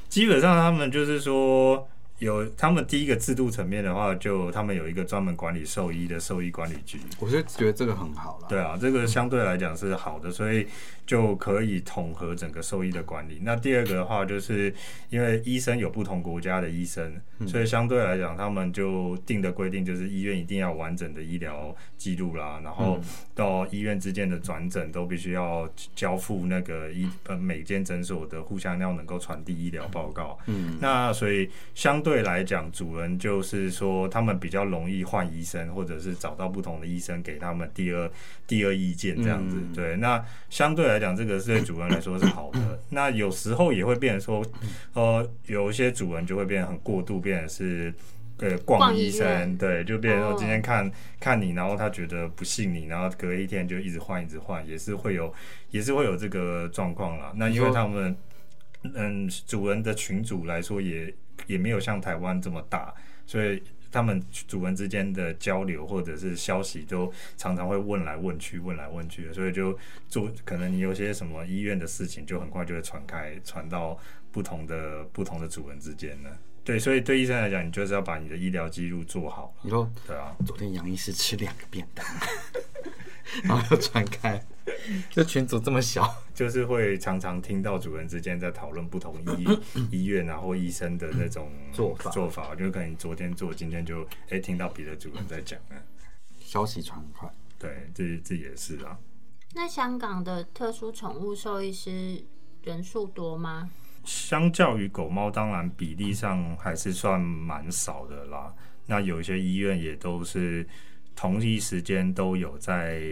[SPEAKER 3] 基本上他们就是说。有他们第一个制度层面的话，就他们有一个专门管理兽医的兽医管理局，
[SPEAKER 2] 我是觉得这个很好啦。
[SPEAKER 3] 对啊，这个相对来讲是好的，所以就可以统合整个兽医的管理。那第二个的话，就是因为医生有不同国家的医生，所以相对来讲，他们就定的规定就是医院一定要完整的医疗记录啦，然后到医院之间的转诊都必须要交付那个医呃每间诊所的互相要能够传递医疗报告。嗯，那所以相对来讲，主人就是说他们比较容易换医生，或者是找到不同的医生给他们第二第二意见这样子。
[SPEAKER 2] 嗯
[SPEAKER 3] 对，那相对来讲，这个是对主人来说是好的。那有时候也会变成说，呃，有一些主人就会变得很过度，变成是。呃，逛
[SPEAKER 1] 逛
[SPEAKER 3] 医
[SPEAKER 1] 医
[SPEAKER 3] 生，
[SPEAKER 1] 院
[SPEAKER 3] 对，就变成说
[SPEAKER 1] 哦
[SPEAKER 3] 今天看、看你，然后他觉得不信你，然后隔一天就一直换，一直换，也是会有，也是会有这个状况啦。那因为
[SPEAKER 2] 你说
[SPEAKER 3] 他们嗯，主人的群主来说也也没有像台湾这么大，所以他们主人之间的交流或者是消息都常常会问来问去，问来问去，所以就做可能你有些什么医院的事情，就很快就会传开，传到不同的不同的主人之间了。对，所以对医生来讲，你就是要把你的医疗记录做好，
[SPEAKER 2] 你说
[SPEAKER 3] 对啊，
[SPEAKER 2] 昨天杨医师吃两个便当， *laughs* 然后又传 *laughs* 开，这群组这么小，
[SPEAKER 3] 就是会常常听到主人之间在讨论不同
[SPEAKER 2] *laughs*
[SPEAKER 3] 医医院啊或医生的那种
[SPEAKER 2] 做法
[SPEAKER 3] 做法，就可能昨天做，今天就哎、诶听到别的主人在讲啊，
[SPEAKER 2] 消息传很快。
[SPEAKER 3] 对，这这也是啊，
[SPEAKER 1] 那香港的特殊宠物兽医师人数多吗？
[SPEAKER 3] 相较于狗猫，当然比例上还是算蛮少的啦。那有一些医院也都是同一时间都有在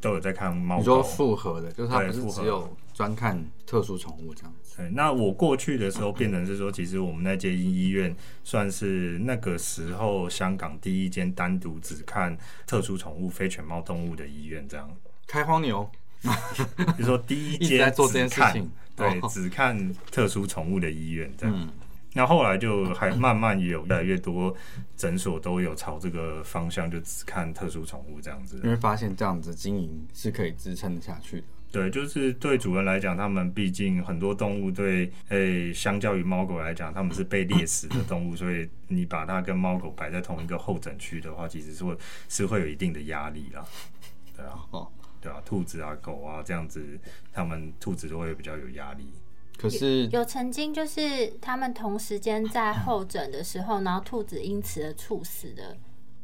[SPEAKER 3] 都有在看猫
[SPEAKER 2] 你说
[SPEAKER 3] 狗。
[SPEAKER 2] 复合的，就是它
[SPEAKER 3] 对
[SPEAKER 2] 不是
[SPEAKER 3] 复合
[SPEAKER 2] 只有专看特殊宠物这样子。
[SPEAKER 3] 对，那我过去的时候，变成是说，其实我们那间医院算是那个时候香港第一间单独只看特殊宠物、非犬猫动物的医院，这样。
[SPEAKER 2] 开荒牛
[SPEAKER 3] 就是说第一
[SPEAKER 2] *laughs* 一直
[SPEAKER 3] 间
[SPEAKER 2] 在做这件
[SPEAKER 3] 只
[SPEAKER 2] 事
[SPEAKER 3] 看
[SPEAKER 2] 情，
[SPEAKER 3] 对，
[SPEAKER 2] 哦
[SPEAKER 3] 只看特殊宠物的医院这样。
[SPEAKER 2] 嗯，
[SPEAKER 3] 那后来就还慢慢有越来越多诊所都有朝这个方向，就只看特殊宠物这样子。
[SPEAKER 2] 你会发现这样子经营是可以支撑得下去的。
[SPEAKER 3] 对，就是对主人来讲，他们毕竟很多动物对，诶、相较于猫狗来讲，他们是被猎食的动物，所以你把它跟猫狗摆在同一个候诊区的话，其实是会是会有一定的压力啦。对啊，
[SPEAKER 2] 哦
[SPEAKER 3] 对啊，兔子啊、狗啊这样子，他们兔子都会比较有压力。
[SPEAKER 2] 可是
[SPEAKER 1] 有曾经就是他们同时间在候诊的时候，然后兔子因此而猝死的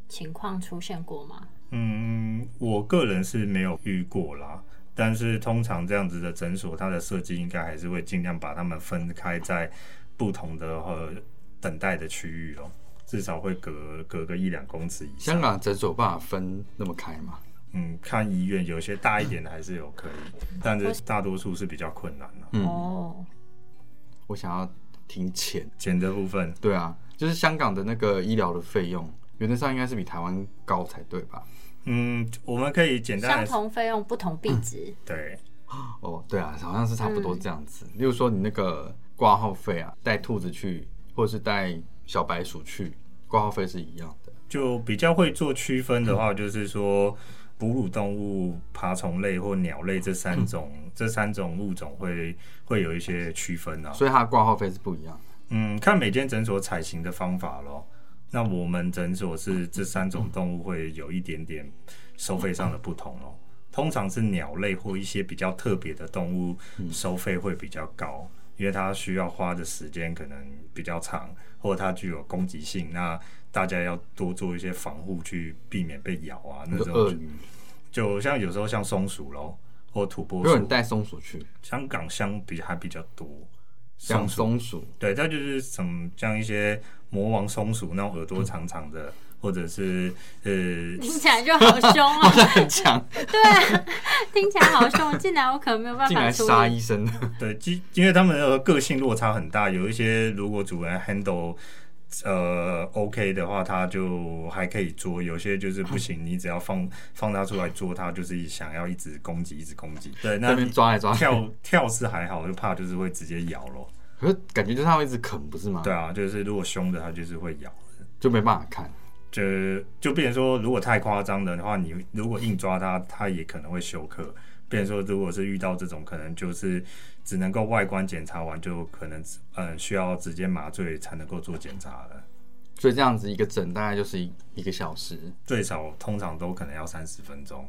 [SPEAKER 1] 情况出现过吗？
[SPEAKER 3] 嗯，我个人是没有遇过啦，但是通常这样子的诊所，它的设计应该还是会尽量把它们分开在不同的呃等待的区域哦，至少会隔隔个一两公尺以上。
[SPEAKER 2] 香港诊所有办法分那么开吗？
[SPEAKER 3] 嗯，看医院有些大一点的还是有可以，但是大多数是比较困难了、
[SPEAKER 2] 嗯
[SPEAKER 1] 哦，
[SPEAKER 2] 我想要听钱。
[SPEAKER 3] 钱的部分，
[SPEAKER 2] 对啊，就是香港的那个医疗的费用，原则上应该是比台湾高才对吧？
[SPEAKER 3] 嗯，我们可以简单
[SPEAKER 1] 相
[SPEAKER 3] 来
[SPEAKER 1] 同费用不同币值，
[SPEAKER 3] 对，
[SPEAKER 2] 哦，对啊，好像是差不多这样子。例如说你那个挂号费啊，带兔子去，或者是带小白鼠去，挂号费是一样的。
[SPEAKER 3] 就比较会做区分的话，就是说哺乳动物、爬虫类或鸟类这三种、这三种物种会会有一些区分啊。
[SPEAKER 2] 所以它的挂号费是不一样的。
[SPEAKER 3] 嗯，看每间诊所采行的方法咯。那我们诊所是这三种动物会有一点点收费上的不同咯。通常是鸟类或一些比较特别的动物收费会比较高，因为它需要花的时间可能比较长，或者它具有攻击性，那大家要多做一些防护去避免被咬啊那
[SPEAKER 2] 那
[SPEAKER 3] 种
[SPEAKER 2] 个。鳄鱼，
[SPEAKER 3] 就像有时候像松鼠咯，或土拨
[SPEAKER 2] 如果你
[SPEAKER 3] 鼠，
[SPEAKER 2] 带松鼠去，
[SPEAKER 3] 香港相比还比较多。
[SPEAKER 2] 养松鼠，
[SPEAKER 3] 对，它就是什么像一些魔王松鼠那种耳
[SPEAKER 2] 嗯
[SPEAKER 3] 朵长长的，或者是呃，
[SPEAKER 1] *laughs* 听起来就好凶哦、
[SPEAKER 2] 很强，
[SPEAKER 1] *laughs* 听起来好凶，进来我可能没有办
[SPEAKER 2] 进
[SPEAKER 1] 法
[SPEAKER 2] 来
[SPEAKER 1] 处
[SPEAKER 2] 杀
[SPEAKER 1] 理。
[SPEAKER 2] 医生。
[SPEAKER 3] 对，因因为它们的个性落差很大，有一些如果主人 handle 呃 OK 的话，它就还可以捉；有些就是不行，你只要放放它出来捉它，就是想要一直攻击，一直攻击。对，
[SPEAKER 2] *laughs* 那
[SPEAKER 3] 那
[SPEAKER 2] 边抓来抓去，
[SPEAKER 3] 跳跳是还好，就怕就是会直接咬咯。
[SPEAKER 2] 可是感觉就是它会一直啃，不是吗？
[SPEAKER 3] 对，啊，就是如果凶的，它就是会咬。
[SPEAKER 2] 就没办法看。
[SPEAKER 3] 就就变成说，如果太夸张的话，你如果硬抓它，它也可能会休克。变成说，如果是遇到这种，可能就是只能够外观检查完，就可能嗯需要直接麻醉才能够做检查了。
[SPEAKER 2] 所以这样子一个诊大概就是一一个小时，
[SPEAKER 3] 最少通常都可能要三十分钟。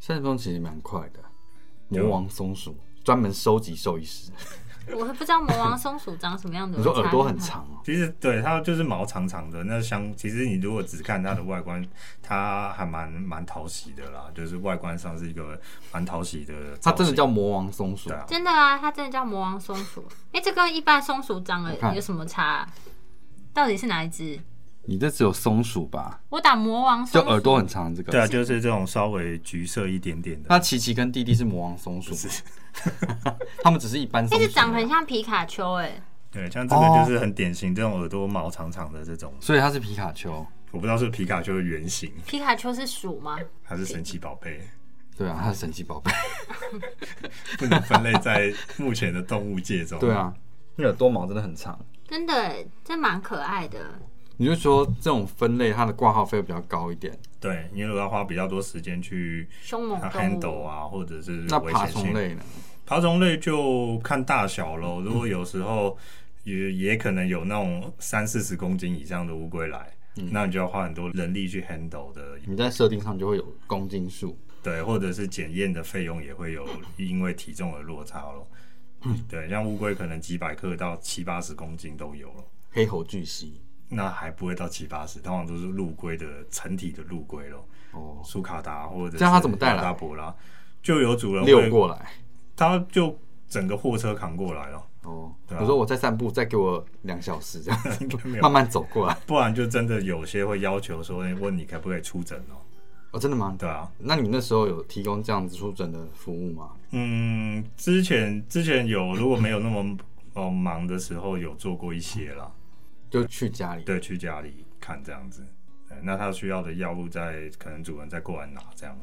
[SPEAKER 2] 三十分钟其实蛮快的。
[SPEAKER 3] 有
[SPEAKER 2] 魔王松鼠专门收集兽医师，
[SPEAKER 1] 我还不知道魔王松鼠长什么样的，
[SPEAKER 2] 你说
[SPEAKER 1] 我查
[SPEAKER 2] 耳朵
[SPEAKER 1] 看
[SPEAKER 2] 很
[SPEAKER 1] 看
[SPEAKER 2] 长哦、
[SPEAKER 3] 其实对它就是毛长长的，那相其实你如果只看它的外观，它还蛮蛮讨喜的啦，就是外观上是一个蛮讨喜的造
[SPEAKER 2] 它
[SPEAKER 3] 型。
[SPEAKER 2] 真的叫魔王松鼠
[SPEAKER 3] 对，啊，
[SPEAKER 1] 真的啊，它真的叫魔王松鼠。哎、这跟一般松鼠长
[SPEAKER 2] 我看
[SPEAKER 1] 得有什么差啊、到底是哪一只？
[SPEAKER 2] 你这只有松鼠吧？
[SPEAKER 1] 我打魔王
[SPEAKER 2] 就
[SPEAKER 1] 松鼠，
[SPEAKER 2] 耳朵很长这
[SPEAKER 3] 对
[SPEAKER 2] 个。
[SPEAKER 3] 啊，就是这种稍微橘色一点点的。
[SPEAKER 2] 那琪琪跟弟弟是魔王松鼠， *laughs* 他们只是一般
[SPEAKER 1] 那
[SPEAKER 2] 松
[SPEAKER 1] 个
[SPEAKER 2] 鼠，
[SPEAKER 1] 长得很像皮卡丘、哎，
[SPEAKER 3] 对，像这个
[SPEAKER 2] 哦
[SPEAKER 3] 就是很典型，这种耳朵毛长长的这种，
[SPEAKER 2] 所以它是皮卡丘。
[SPEAKER 3] 我不知道是皮卡丘的原型
[SPEAKER 1] 皮卡丘是鼠吗？
[SPEAKER 3] 还是神奇宝贝，
[SPEAKER 2] 对啊，它是神奇宝贝。
[SPEAKER 3] 不能分类在目前的动物界中。
[SPEAKER 2] 对，啊，那耳朵毛真的很长。
[SPEAKER 1] 真的、哎这蛮可爱的。
[SPEAKER 2] 你就说这种分类，它的挂号费比较高一点。
[SPEAKER 3] 对，你如果要花比较多时间去
[SPEAKER 1] 凶猛动
[SPEAKER 3] handle
[SPEAKER 1] 物，
[SPEAKER 3] 啊，或者是
[SPEAKER 2] 那
[SPEAKER 3] 危
[SPEAKER 2] 爬
[SPEAKER 3] 险
[SPEAKER 2] 虫
[SPEAKER 3] 性，
[SPEAKER 2] 类呢？
[SPEAKER 3] 爬虫类就看大小喽。如果有时候也也可能有那种三四十公斤以上的乌龟来。
[SPEAKER 2] 嗯
[SPEAKER 3] 那你就要花很多人力去 handle 的，
[SPEAKER 2] 你在设定上就会有公斤数。
[SPEAKER 3] 对，或者是检验的费用也会
[SPEAKER 2] *laughs*
[SPEAKER 3] 有因为体重而落差咯。
[SPEAKER 2] 嗯
[SPEAKER 3] 对，像乌龟可能几百克到七八十公斤都有了，
[SPEAKER 2] 黑猴巨蜥，
[SPEAKER 3] 那还不会到七八十，通常都是陆龟的成体的陆龟咯，
[SPEAKER 2] 哦，
[SPEAKER 3] 苏卡达或者是
[SPEAKER 2] 这样它怎么带来
[SPEAKER 3] 拉伯拉，就有主人
[SPEAKER 2] 溜
[SPEAKER 3] 会，
[SPEAKER 2] 过来。
[SPEAKER 3] 他就整个货车扛过来了，
[SPEAKER 2] 哦，
[SPEAKER 3] 对啊
[SPEAKER 2] 我说我在散步，再给我两小时这样，
[SPEAKER 3] *laughs* 应该没有
[SPEAKER 2] 慢慢走过来。
[SPEAKER 3] 不然就真的有些会要求说，哎问你可不可以出诊哦。
[SPEAKER 2] 哦，真的吗？
[SPEAKER 3] 对啊，
[SPEAKER 2] 那你那时候有提供这样子出诊的服务吗？
[SPEAKER 3] 嗯，之前之前有如果没有那么呃忙的时候，有做过一些啦，
[SPEAKER 2] 就去家里，
[SPEAKER 3] 对，去家里看这样子。对那他需要的药物在可能主人再过来拿这样。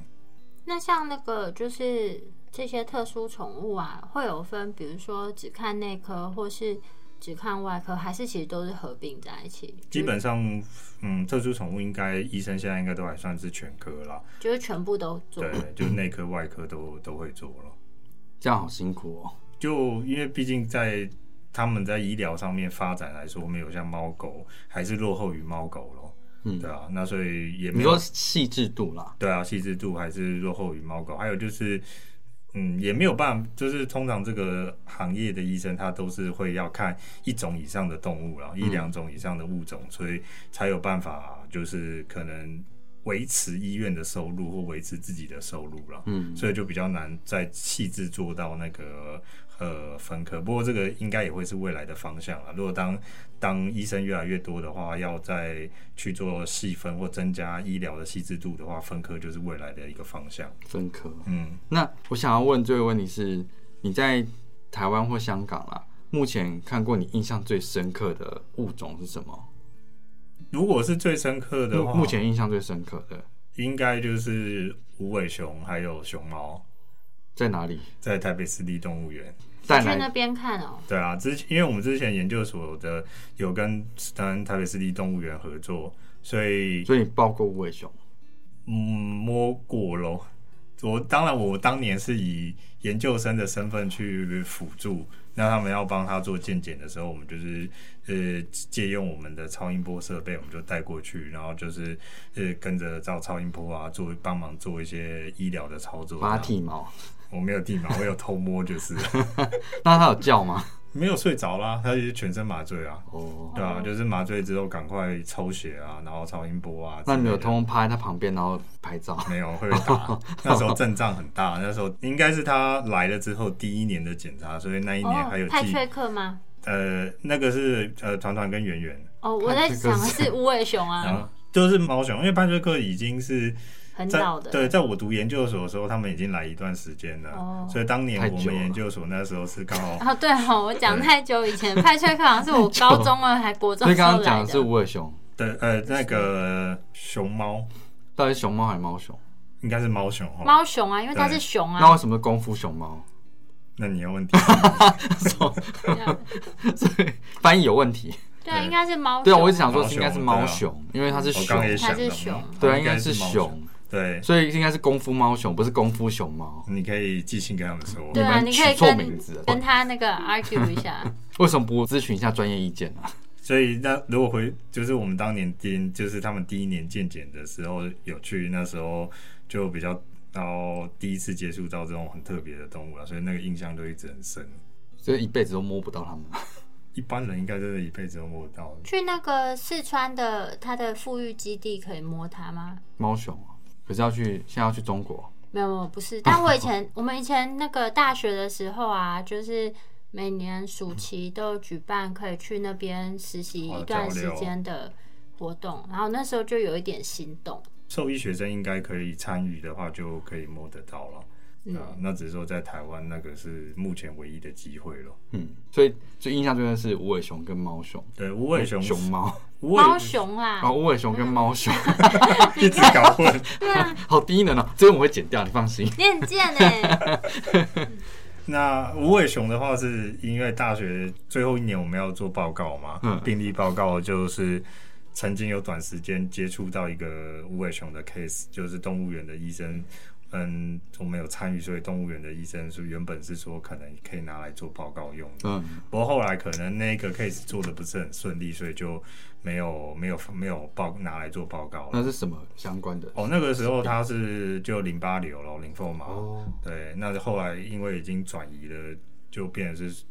[SPEAKER 1] 那像那个就是这些特殊宠物啊，会有分，比如说只看内科，或是只看外科，还是其实都是合并在一起？
[SPEAKER 3] 基本上，嗯，特殊宠物应该医生现在应该都还算是全科啦，
[SPEAKER 1] 就是全部都做
[SPEAKER 3] 对。，就内科、外科都都会做了。
[SPEAKER 2] 这样好辛苦哦。
[SPEAKER 3] 就因为毕竟在他们在医疗上面发展来说，没有像猫狗还是落后于猫狗咯。
[SPEAKER 2] 嗯
[SPEAKER 3] 对啊，那所以也
[SPEAKER 2] 你
[SPEAKER 3] 没有
[SPEAKER 2] 说细致度啦，
[SPEAKER 3] 对啊，细致度还是落后于猫狗。还有就是，嗯，也没有办法，就是通常这个行业的医生他都是会要看一种以上的动物，然后一两种以上的物种，所以才有办法就是可能维持医院的收入或维持自己的收入了。
[SPEAKER 2] 嗯，
[SPEAKER 3] 所以就比较难再细致做到那个呃分科。不过这个应该也会是未来的方向了。如果当当医生越来越多的话，要再去做细分或增加医疗的细致度的话，分科就是未来的一个方向。
[SPEAKER 2] 分科。
[SPEAKER 3] 嗯，
[SPEAKER 2] 那我想要问最后一个问题是，你在台湾或香港啦，目前看过你印象最深刻的物种是什么？
[SPEAKER 3] 如果是最深刻的
[SPEAKER 2] 目
[SPEAKER 3] 话，
[SPEAKER 2] 目前印象最深刻的
[SPEAKER 3] 应该就是无尾熊还有熊猫。
[SPEAKER 2] 在哪里？
[SPEAKER 3] 在台北市立动物园，
[SPEAKER 2] 在
[SPEAKER 1] 去那
[SPEAKER 2] 哪？
[SPEAKER 1] 边看哦、
[SPEAKER 3] 对啊，之前因为我们之前研究所的有跟跟台北市立动物园合作，所以
[SPEAKER 2] 所以你抱过无尾熊？
[SPEAKER 3] 嗯，摸过咯。我当然，我当年是以研究生的身份去辅助。那他们要帮他做健检的时候，我们就是呃借用我们的超音波设备，我们就带过去，然后就是呃跟着照超音波啊，做帮忙做一些医疗的操作。
[SPEAKER 2] 拔
[SPEAKER 3] 啊
[SPEAKER 2] 剃毛？
[SPEAKER 3] 我没有剃毛，我有偷摸，就是 *laughs*
[SPEAKER 2] 那它有叫吗？
[SPEAKER 3] 没有睡着啦，他就是全身麻醉啊，
[SPEAKER 2] 哦，
[SPEAKER 3] 对啊，就是麻醉之后赶快抽血啊，然后超音波啊之
[SPEAKER 2] 那
[SPEAKER 3] 类的。
[SPEAKER 2] 你有通通趴在它旁边然后拍照？
[SPEAKER 3] 没有会被
[SPEAKER 2] *laughs*
[SPEAKER 3] 打，那时候阵仗很大，那时候应该是他来了之后第一年的检查，所以那一年还有
[SPEAKER 1] 哦，派
[SPEAKER 3] 记、
[SPEAKER 1] 翠克吗？
[SPEAKER 3] 呃那个是呃团团跟圆圆，
[SPEAKER 1] 哦，我在想的
[SPEAKER 2] 派翠
[SPEAKER 1] 是无尾熊
[SPEAKER 3] 然后
[SPEAKER 1] 啊，
[SPEAKER 3] 就是猫熊，因为潘瑞克已经是
[SPEAKER 1] 很
[SPEAKER 3] 在
[SPEAKER 1] 早的。
[SPEAKER 3] 对，在我读研究所的时候，他们已经来一段时间了，
[SPEAKER 1] 哦
[SPEAKER 3] 所以当年
[SPEAKER 2] 太
[SPEAKER 3] 我
[SPEAKER 2] 久
[SPEAKER 3] 们
[SPEAKER 2] 了
[SPEAKER 3] 研究所那时候是刚
[SPEAKER 1] *laughs*
[SPEAKER 3] 好。
[SPEAKER 1] 啊，对哦，我讲太久以前，派翠克好像是我高中啊，还国中
[SPEAKER 2] 所以
[SPEAKER 1] 时
[SPEAKER 2] 刚
[SPEAKER 1] 候
[SPEAKER 2] 刚讲
[SPEAKER 1] 来
[SPEAKER 2] 的是无尾熊，
[SPEAKER 3] 对，呃，那个熊猫
[SPEAKER 2] 到底是熊猫还是猫熊？
[SPEAKER 3] 应该是猫熊哦。
[SPEAKER 1] 猫熊啊，因为它
[SPEAKER 3] 对
[SPEAKER 1] 是熊
[SPEAKER 2] 那
[SPEAKER 1] 啊
[SPEAKER 2] 为，什么是功夫熊猫？
[SPEAKER 3] 那你有问题？
[SPEAKER 1] 对啊
[SPEAKER 2] 所以翻译有问题。
[SPEAKER 1] 对啊，
[SPEAKER 3] 对
[SPEAKER 1] 应该是猫熊。
[SPEAKER 2] 对啊，我一直想说是应该是猫
[SPEAKER 3] 猫熊
[SPEAKER 2] 熊，因为它是
[SPEAKER 3] 我
[SPEAKER 2] 熊
[SPEAKER 3] 刚，也想
[SPEAKER 1] 它是
[SPEAKER 3] 到
[SPEAKER 1] 熊
[SPEAKER 3] 嗯
[SPEAKER 2] 对啊，
[SPEAKER 3] 应
[SPEAKER 2] 应该
[SPEAKER 3] 该
[SPEAKER 2] 是
[SPEAKER 3] 猫
[SPEAKER 2] 熊。，哎
[SPEAKER 3] 对，
[SPEAKER 2] 所以应该是功夫猫熊，不是功夫熊猫。
[SPEAKER 3] 你可以寄信跟他们说。
[SPEAKER 1] 对啊，
[SPEAKER 2] 你们
[SPEAKER 1] 你可以
[SPEAKER 2] 取错
[SPEAKER 1] 跟
[SPEAKER 2] 名字了
[SPEAKER 1] 跟他那个 argue 一下。
[SPEAKER 2] 为什么不咨询一下专业意见啊？
[SPEAKER 3] 所以那如果回就是我们当年第就是他们第一年健检的时候有去，那时候就比较然后第一次接触到这种很特别的动物了，啊所以那个印象就一直很深。
[SPEAKER 2] 所以一辈子都摸不到它们。
[SPEAKER 3] 一般人应该真的一辈子都摸不到，
[SPEAKER 1] 去那个四川的它的富裕基地可以摸它吗？
[SPEAKER 2] 猫熊啊，可是要去现在要去中国，
[SPEAKER 1] 没有，没有不是。但我以前我们以前那个大学的时候啊，就是每年暑期都有举办可以去那边实习
[SPEAKER 3] 哦
[SPEAKER 1] 一段
[SPEAKER 3] 交
[SPEAKER 1] 时
[SPEAKER 3] 流
[SPEAKER 1] 间的活动，然后那时候就有一点心动。
[SPEAKER 3] 兽医学生应该可以参与的话就可以摸得到了。
[SPEAKER 1] 嗯
[SPEAKER 3] 对啊，那只是说在台湾那个是目前唯一的机会了。
[SPEAKER 2] 嗯，所以最印象最深的是无尾熊跟猫熊，
[SPEAKER 3] 对，无尾熊，
[SPEAKER 2] 熊猫，
[SPEAKER 3] 无尾
[SPEAKER 1] 猫熊啊啦
[SPEAKER 2] 然，后无尾熊跟猫熊， *laughs*
[SPEAKER 3] 一直搞混。
[SPEAKER 1] 对啊，
[SPEAKER 2] 好低能啊！这个我会剪掉，你放心。
[SPEAKER 1] 你很贱哎，
[SPEAKER 3] 那无尾熊的话，是因为大学最后一年我们要做报告嘛，
[SPEAKER 2] 嗯
[SPEAKER 3] 病例报告就是曾经有短时间接触到一个无尾熊的 case，就是动物园的医生。嗯，我们有参与，所以动物园的医生是原本是说可能可以拿来做报告用的，
[SPEAKER 2] 嗯，
[SPEAKER 3] 不过后来可能那个 case 做的不是很顺利，所以就没有没有没有报拿来做报告了。
[SPEAKER 2] 那是什么相关的？
[SPEAKER 3] 哦，那个时候他是就淋巴瘤了，淋巴嘛。
[SPEAKER 2] 哦
[SPEAKER 3] 对，那后来因为已经转移了，就变成是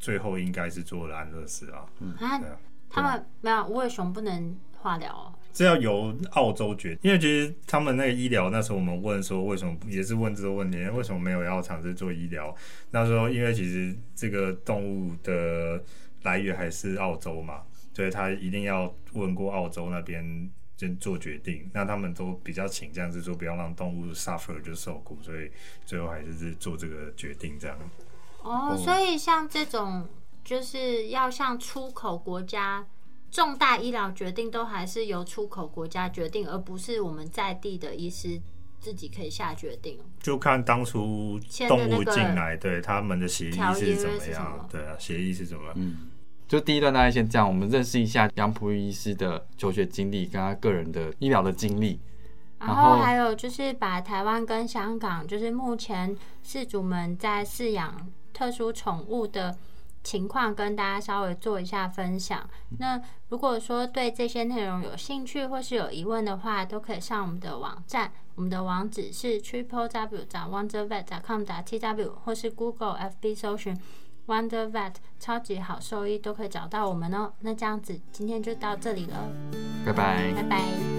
[SPEAKER 3] 最后应该是做了安乐死啊。
[SPEAKER 1] 啊，他们没有无尾熊不能化疗哦。
[SPEAKER 3] 这要由澳洲决，因为其实他们那个医疗，那时候我们问说为什么也是问这个问题，为什么没有要尝试做医疗？那时候因为其实这个动物的来源还是澳洲嘛，所以他一定要问过澳洲那边就做决定。那他们都比较倾向是说不要让动物 suffer 就受苦，所以最后还是是做这个决定这样。
[SPEAKER 1] 哦，所以像这种就是要向出口国家重大医疗决定，都还是由出口国家决定，而不是我们在地的医师自己可以下决定。
[SPEAKER 3] 就看当初
[SPEAKER 1] 签的
[SPEAKER 3] 动物
[SPEAKER 1] 那个
[SPEAKER 3] 进来，对他们的协议
[SPEAKER 1] 条约
[SPEAKER 3] 是怎
[SPEAKER 1] 是
[SPEAKER 3] 么
[SPEAKER 1] 什
[SPEAKER 3] 样
[SPEAKER 1] 么？
[SPEAKER 3] 对啊，协议是怎么样？
[SPEAKER 2] 就第一段大概先这样，我们认识一下杨璞玉医师的求学经历跟他个人的医疗的经历。
[SPEAKER 1] 然
[SPEAKER 2] 然
[SPEAKER 1] 后
[SPEAKER 2] 后
[SPEAKER 1] 还有就是把台湾跟香港，就是目前饲主们在饲养特殊宠物的情况，跟大家稍微做一下分享。那如果说对这些内容有兴趣或是有疑问的话，都可以上我们的网站，我们的网址是 triple w wondervet com t w 或是 Google FB 搜寻 Wonder Vet 超级好兽医，都可以找到我们哦。那这样子今天就到这里了，
[SPEAKER 2] 拜拜。
[SPEAKER 1] 拜拜。